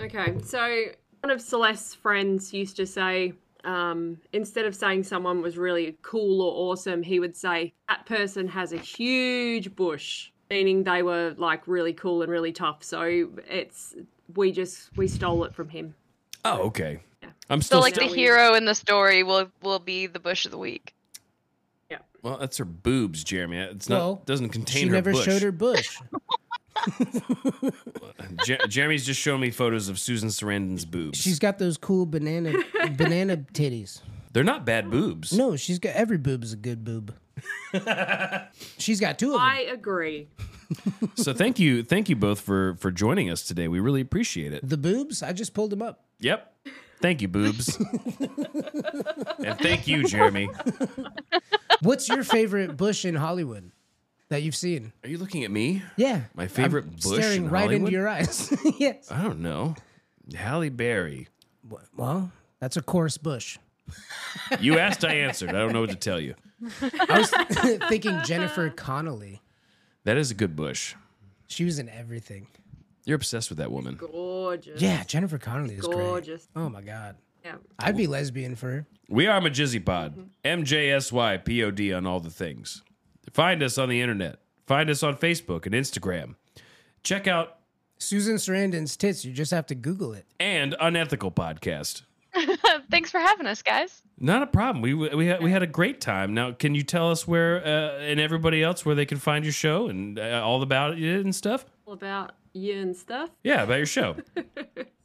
Speaker 1: Okay, so one of Celeste's friends used to say, um, instead of saying someone was really cool or awesome, he would say, that person has a huge bush, meaning they were like really cool and really tough. So it's, we just, we stole it from him.
Speaker 4: oh, okay.
Speaker 1: Yeah.
Speaker 4: I'm still
Speaker 3: so like the
Speaker 4: stu-
Speaker 1: Definitely.
Speaker 3: hero in the story will will be the bush of the week.
Speaker 4: well. That's her boobs, Jeremy. It's not
Speaker 2: Well,
Speaker 4: doesn't contain
Speaker 2: She
Speaker 4: her
Speaker 2: never
Speaker 4: bush.
Speaker 2: showed her bush.
Speaker 4: Je- Jeremy's just showing me photos of Susan Sarandon's boobs.
Speaker 2: She's got those cool banana banana titties.
Speaker 4: They're not bad boobs.
Speaker 2: No, she's got every boob is a good boob. she's got two of them.
Speaker 1: I agree.
Speaker 4: So thank you, thank you both for for joining us today. We really appreciate it.
Speaker 2: The boobs, I just pulled them up.
Speaker 4: Yep. Thank you, boobs. and thank you, Jeremy.
Speaker 2: What's your favorite bush in Hollywood that you've seen?
Speaker 4: Are you looking at me?
Speaker 2: Yeah.
Speaker 4: My favorite
Speaker 2: I'm
Speaker 4: bush
Speaker 2: staring
Speaker 4: in
Speaker 2: right
Speaker 4: Hollywood?
Speaker 2: into your eyes. yes.
Speaker 4: I don't know. Halle Berry.
Speaker 2: Well, that's a coarse bush.
Speaker 4: You asked, I answered. I don't know what to tell you.
Speaker 2: I was thinking Jennifer Connolly.
Speaker 4: That is a good bush.
Speaker 2: She was in everything.
Speaker 4: You're obsessed with that woman.
Speaker 1: Gorgeous.
Speaker 2: Yeah, Jennifer Connelly is
Speaker 1: Gorgeous.
Speaker 2: great. Oh my god,
Speaker 1: Yeah.
Speaker 2: I'd be lesbian for her.
Speaker 4: We are Majizzy Pod. MJSY POD on all the things. Find us on the internet. Find us on Facebook and Instagram. Check out
Speaker 2: Susan Sarandon's tits. You just have to Google it.
Speaker 4: and Unethical Podcast.
Speaker 3: Thanks for having us, guys.
Speaker 4: Not a problem. We we had, we had a great time. Now, can you tell us where uh, and everybody else where they can find your show and uh, all about it and stuff?
Speaker 1: All about you and stuff.
Speaker 4: Yeah, about your show.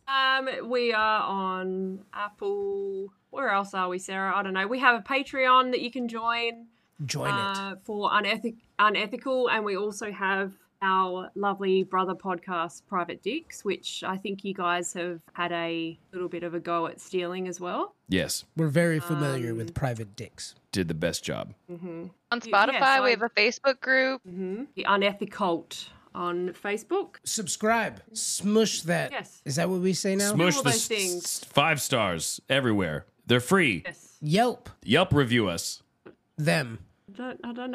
Speaker 1: Um, we are on Apple. Where else are we, Sarah? I don't know. We have a Patreon that you can join
Speaker 2: Join
Speaker 1: uh, for unethic- unethical, and we also have our lovely brother podcast, Private Dicks, which I think you guys have had a little bit of a go at stealing as well.
Speaker 4: yes,
Speaker 2: it. We're very familiar
Speaker 1: um,
Speaker 2: with private dicks.
Speaker 4: did the best job.
Speaker 3: On
Speaker 1: Y- yeah,
Speaker 3: Spotify, we have
Speaker 1: so-
Speaker 3: a Facebook group.
Speaker 2: Mm-hmm.
Speaker 1: The Unethicult on Facebook.
Speaker 2: Subscribe. Smush that.
Speaker 1: Yes.
Speaker 2: Is that what we say now?
Speaker 4: Smush
Speaker 1: all
Speaker 4: the
Speaker 1: those
Speaker 4: s-
Speaker 1: things.
Speaker 4: s- five stars everywhere. They're free.
Speaker 1: Yes.
Speaker 2: Yelp
Speaker 4: Yelp review us.
Speaker 2: them.
Speaker 1: I don't, I don't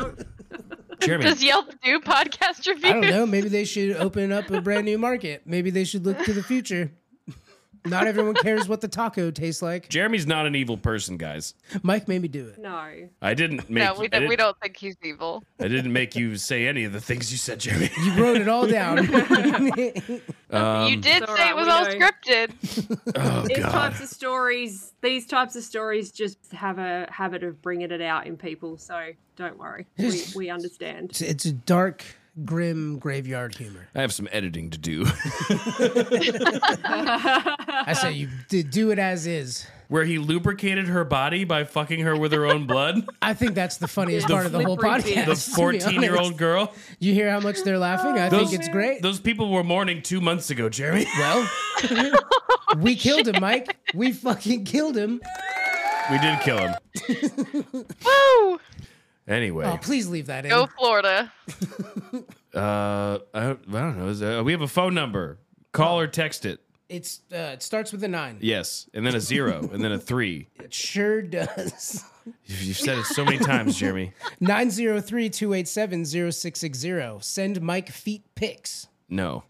Speaker 1: know.
Speaker 4: Jeremy,
Speaker 3: Does Yelp do podcast
Speaker 2: I don't
Speaker 3: reviews?
Speaker 2: know. Maybe they should open up a brand new market. Maybe they should look to the future. Not everyone cares what the taco tastes like.
Speaker 4: Jeremy's not an evil person, guys.
Speaker 2: Mike made me do it.
Speaker 1: No.
Speaker 4: I didn't make
Speaker 3: No, we
Speaker 4: I didn't,
Speaker 3: don't, we don't think he's evil.
Speaker 4: I didn't make you say any of the things you said, Jeremy.
Speaker 2: You wrote it all down.
Speaker 3: you
Speaker 2: Um,
Speaker 3: did
Speaker 1: It's
Speaker 3: say
Speaker 1: alright,
Speaker 3: it was
Speaker 1: we
Speaker 3: all
Speaker 1: know.
Speaker 3: scripted.
Speaker 4: oh
Speaker 1: These
Speaker 4: god.
Speaker 1: types of stories, these types of stories just have a habit of bringing it out in people. So don't worry, we, we understand.
Speaker 2: it's, it's a dark, grim graveyard humor.
Speaker 4: I have some editing to do.
Speaker 2: I say you d- do it as is.
Speaker 4: Where he lubricated her body by fucking her with her own blood.
Speaker 2: I think that's the funniest part of the whole
Speaker 1: flippery bit.
Speaker 2: podcast. to
Speaker 4: The
Speaker 2: be honest.
Speaker 4: 14 year old girl.
Speaker 2: You hear how much they're laughing? I think it's great.
Speaker 4: Those people were mourning two months ago, Jeremy.
Speaker 2: well, we killed him, Mike. We fucking killed him.
Speaker 4: We did kill him.
Speaker 3: Woo!
Speaker 4: Anyway.
Speaker 2: Oh, please leave that in.
Speaker 3: Go Florida. Oh.
Speaker 4: Uh, I don't, I don't know. Is there, we have a phone number. Call or text it.
Speaker 2: It's uh, it starts with a nine.
Speaker 4: Yes, and then a zero, and then a three.
Speaker 2: It sure does.
Speaker 4: You've you've said it so many times, Jeremy.
Speaker 2: 903-287-0660. Send Mike feet pics.
Speaker 4: No.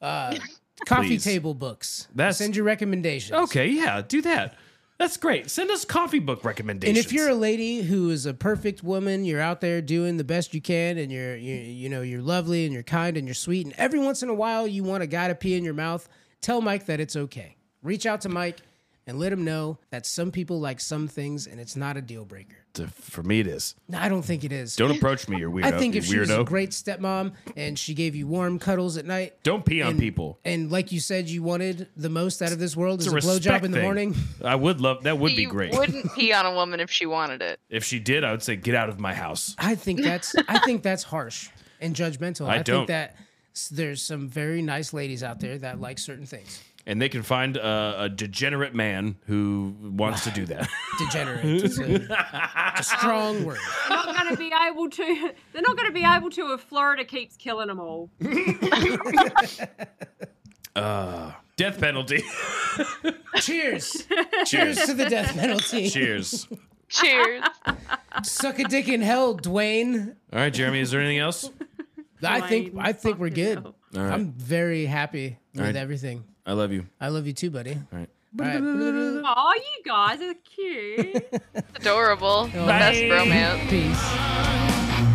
Speaker 2: Uh, Coffee
Speaker 4: Please.
Speaker 2: table books.
Speaker 4: That's-
Speaker 2: Send your recommendations.
Speaker 4: Okay, yeah, do that. That's great. Send us coffee book recommendations.
Speaker 2: And if you're a lady who is a perfect woman, you're out there doing the best you can, and you're you, you know you're lovely and you're kind and you're sweet, and every once in a while you want a guy to pee in your mouth, tell Mike that it's okay. Reach out to Mike and let him know that some people like some things, and it's not a deal breaker.
Speaker 4: To- for me, it is.
Speaker 2: No, I don't think it is.
Speaker 4: Don't approach me, you're weirdo.
Speaker 2: I think
Speaker 4: you
Speaker 2: if she was
Speaker 4: weirdo.
Speaker 2: a great stepmom and she gave you warm cuddles at night,
Speaker 4: Don't pee on people.
Speaker 2: and like you said, you wanted the most out of this world
Speaker 4: It's
Speaker 2: is
Speaker 4: a
Speaker 2: a, blowjob
Speaker 4: respect
Speaker 2: in the
Speaker 4: thing.
Speaker 2: morning.
Speaker 4: I would love that. Would be
Speaker 3: you
Speaker 4: great.
Speaker 3: wouldn't pee on a woman if she wanted it.
Speaker 4: If she did, I would say get out of my house.
Speaker 2: I think that's I think that's harsh and judgmental.
Speaker 4: I don't.
Speaker 2: think that s- there's some very nice ladies out there that like certain things.
Speaker 4: And they can find a, a degenerate man who wants to do that.
Speaker 2: Degenerate. It's a, it's a strong word.
Speaker 1: They're not going to be able to. They're not going to be able to if Florida keeps killing them all.
Speaker 4: Death penalty.
Speaker 2: Cheers.
Speaker 4: Cheers.
Speaker 2: Cheers to the death penalty.
Speaker 4: Cheers.
Speaker 3: Cheers.
Speaker 2: Suck a dick in hell, Dwayne.
Speaker 4: All right, Jeremy. Is there anything else?
Speaker 2: I think
Speaker 1: Dwayne,
Speaker 2: I think we're
Speaker 1: fucking
Speaker 2: good.
Speaker 1: hell.
Speaker 4: right.
Speaker 2: I'm very happy with
Speaker 4: right.
Speaker 2: everything.
Speaker 4: I love you.
Speaker 2: I love you too, buddy.
Speaker 4: All right.
Speaker 2: All right.
Speaker 1: Oh, you guys are cute.
Speaker 3: Adorable. The best romance.
Speaker 2: Peace.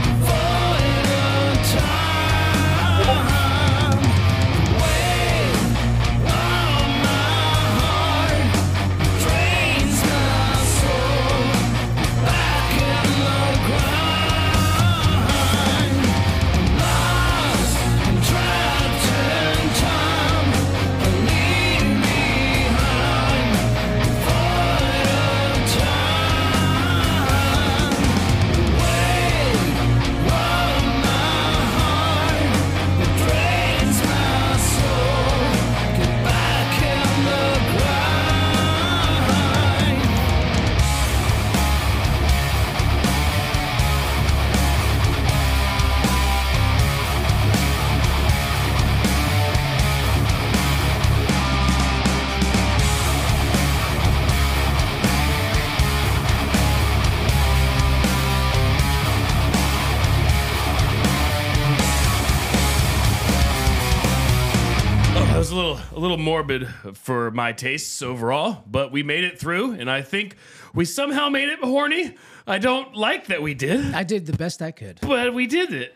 Speaker 4: That was a little a little morbid for my tastes overall, but we made it through, and I think we somehow made it horny. I don't like that we did,
Speaker 2: I did the best I could.
Speaker 4: but we did it.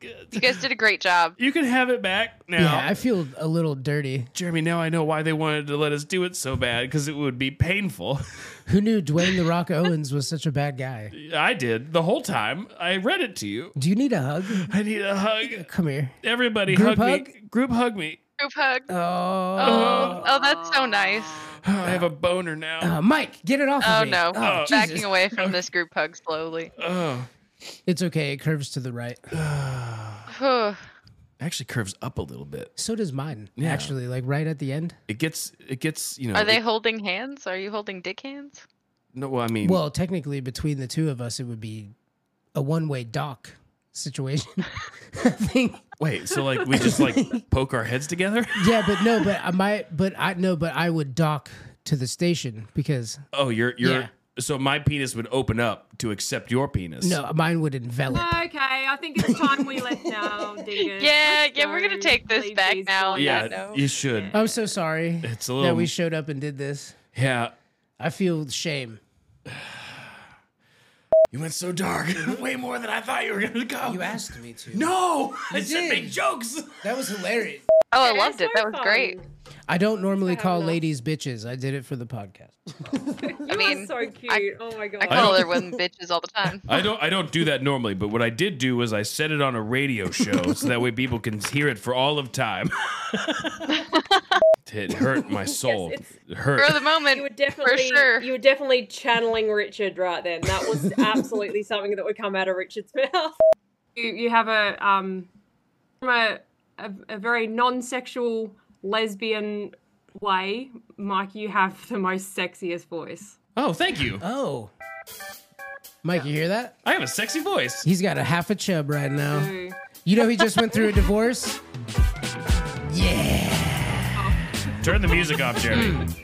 Speaker 3: You guys did a great job.
Speaker 4: You can have it back now.
Speaker 2: Yeah, I feel a little dirty.
Speaker 4: Jeremy, now I know why they wanted to let us do it so bad because it would be painful.
Speaker 2: Who knew Dwayne the Rock Owens was such a bad guy?
Speaker 4: I did the whole time. I read it to you.
Speaker 2: Do you need a hug?
Speaker 4: I need a hug.
Speaker 2: Come here.
Speaker 4: Everybody
Speaker 2: Group
Speaker 4: hug, me.
Speaker 2: hug?
Speaker 4: Group hug me.
Speaker 3: Group hug.
Speaker 2: Oh,
Speaker 3: Oh, oh, that's so nice.
Speaker 4: Oh, I have a boner now.
Speaker 2: Uh, Mike, get it off
Speaker 3: Oh
Speaker 2: of me.
Speaker 3: no.
Speaker 2: Oh,
Speaker 3: Backing
Speaker 2: Jesus.
Speaker 3: away from this group hug slowly.
Speaker 4: Oh,
Speaker 2: It's okay. It curves to the right.
Speaker 3: Whew.
Speaker 4: actually curves up a little bit.
Speaker 2: So does mine, actually, like right at the end.
Speaker 4: It gets it gets you know.
Speaker 3: Are they
Speaker 4: it-
Speaker 3: holding hands? Are you holding dick hands?
Speaker 4: no, well, I mean,
Speaker 2: Well, technically, between the two of us, it would be a one way dock situation. I think.
Speaker 4: Wait, so like we just like poke our heads together?
Speaker 2: Yeah, but no, but I might, but I no, but I would dock to the station because
Speaker 4: Oh, you're you're.
Speaker 2: Yeah.
Speaker 4: So my penis would open up to accept your penis.
Speaker 2: no, mine would envelop.
Speaker 1: Okay, I think it's time we left now, Dingus.
Speaker 3: Yeah,
Speaker 1: Let's
Speaker 3: yeah, we're gonna
Speaker 1: go.
Speaker 3: take this
Speaker 1: Leave
Speaker 3: back
Speaker 1: these
Speaker 3: now.
Speaker 1: behind.
Speaker 4: Yeah,
Speaker 3: no.
Speaker 4: you should.
Speaker 2: I'm so sorry
Speaker 4: It's a
Speaker 2: that
Speaker 4: little.
Speaker 2: we showed up and did this.
Speaker 4: yeah.
Speaker 2: I feel shame.
Speaker 4: You went so dark, way more than I thought you were gonna go.
Speaker 2: asked me to.
Speaker 4: no, I
Speaker 2: You
Speaker 4: should
Speaker 2: did.
Speaker 4: make jokes.
Speaker 2: that was hilarious.
Speaker 3: Oh, I
Speaker 1: It is
Speaker 3: loved it.
Speaker 1: so
Speaker 3: That was
Speaker 1: fun.
Speaker 3: great.
Speaker 2: I don't normally call
Speaker 1: enough.
Speaker 2: ladies bitches. I did it for the podcast.
Speaker 3: I mean,
Speaker 1: so cute. oh my god.
Speaker 3: I call their women bitches all the time.
Speaker 4: I don't I don't do that normally, but what I did do was I set it on a radio show so that way people can hear it for all of time. it hurt my soul.
Speaker 1: Yes, it's-
Speaker 4: it hurt.
Speaker 3: For the moment,
Speaker 1: you were definitely
Speaker 3: sure.
Speaker 1: you were definitely channeling Richard right then. That was absolutely something that would come out of Richard's mouth. You you have a um from a a, a very non-sexual lesbian way, Mike, you have the most sexiest voice.
Speaker 4: oh, thank you.
Speaker 2: Oh. Mike, you hear that?
Speaker 4: I have a sexy voice.
Speaker 2: He's got a half a chub right now.
Speaker 1: Ooh.
Speaker 2: You know he just went through a divorce? Yeah.
Speaker 7: Turn the music off, Jerry.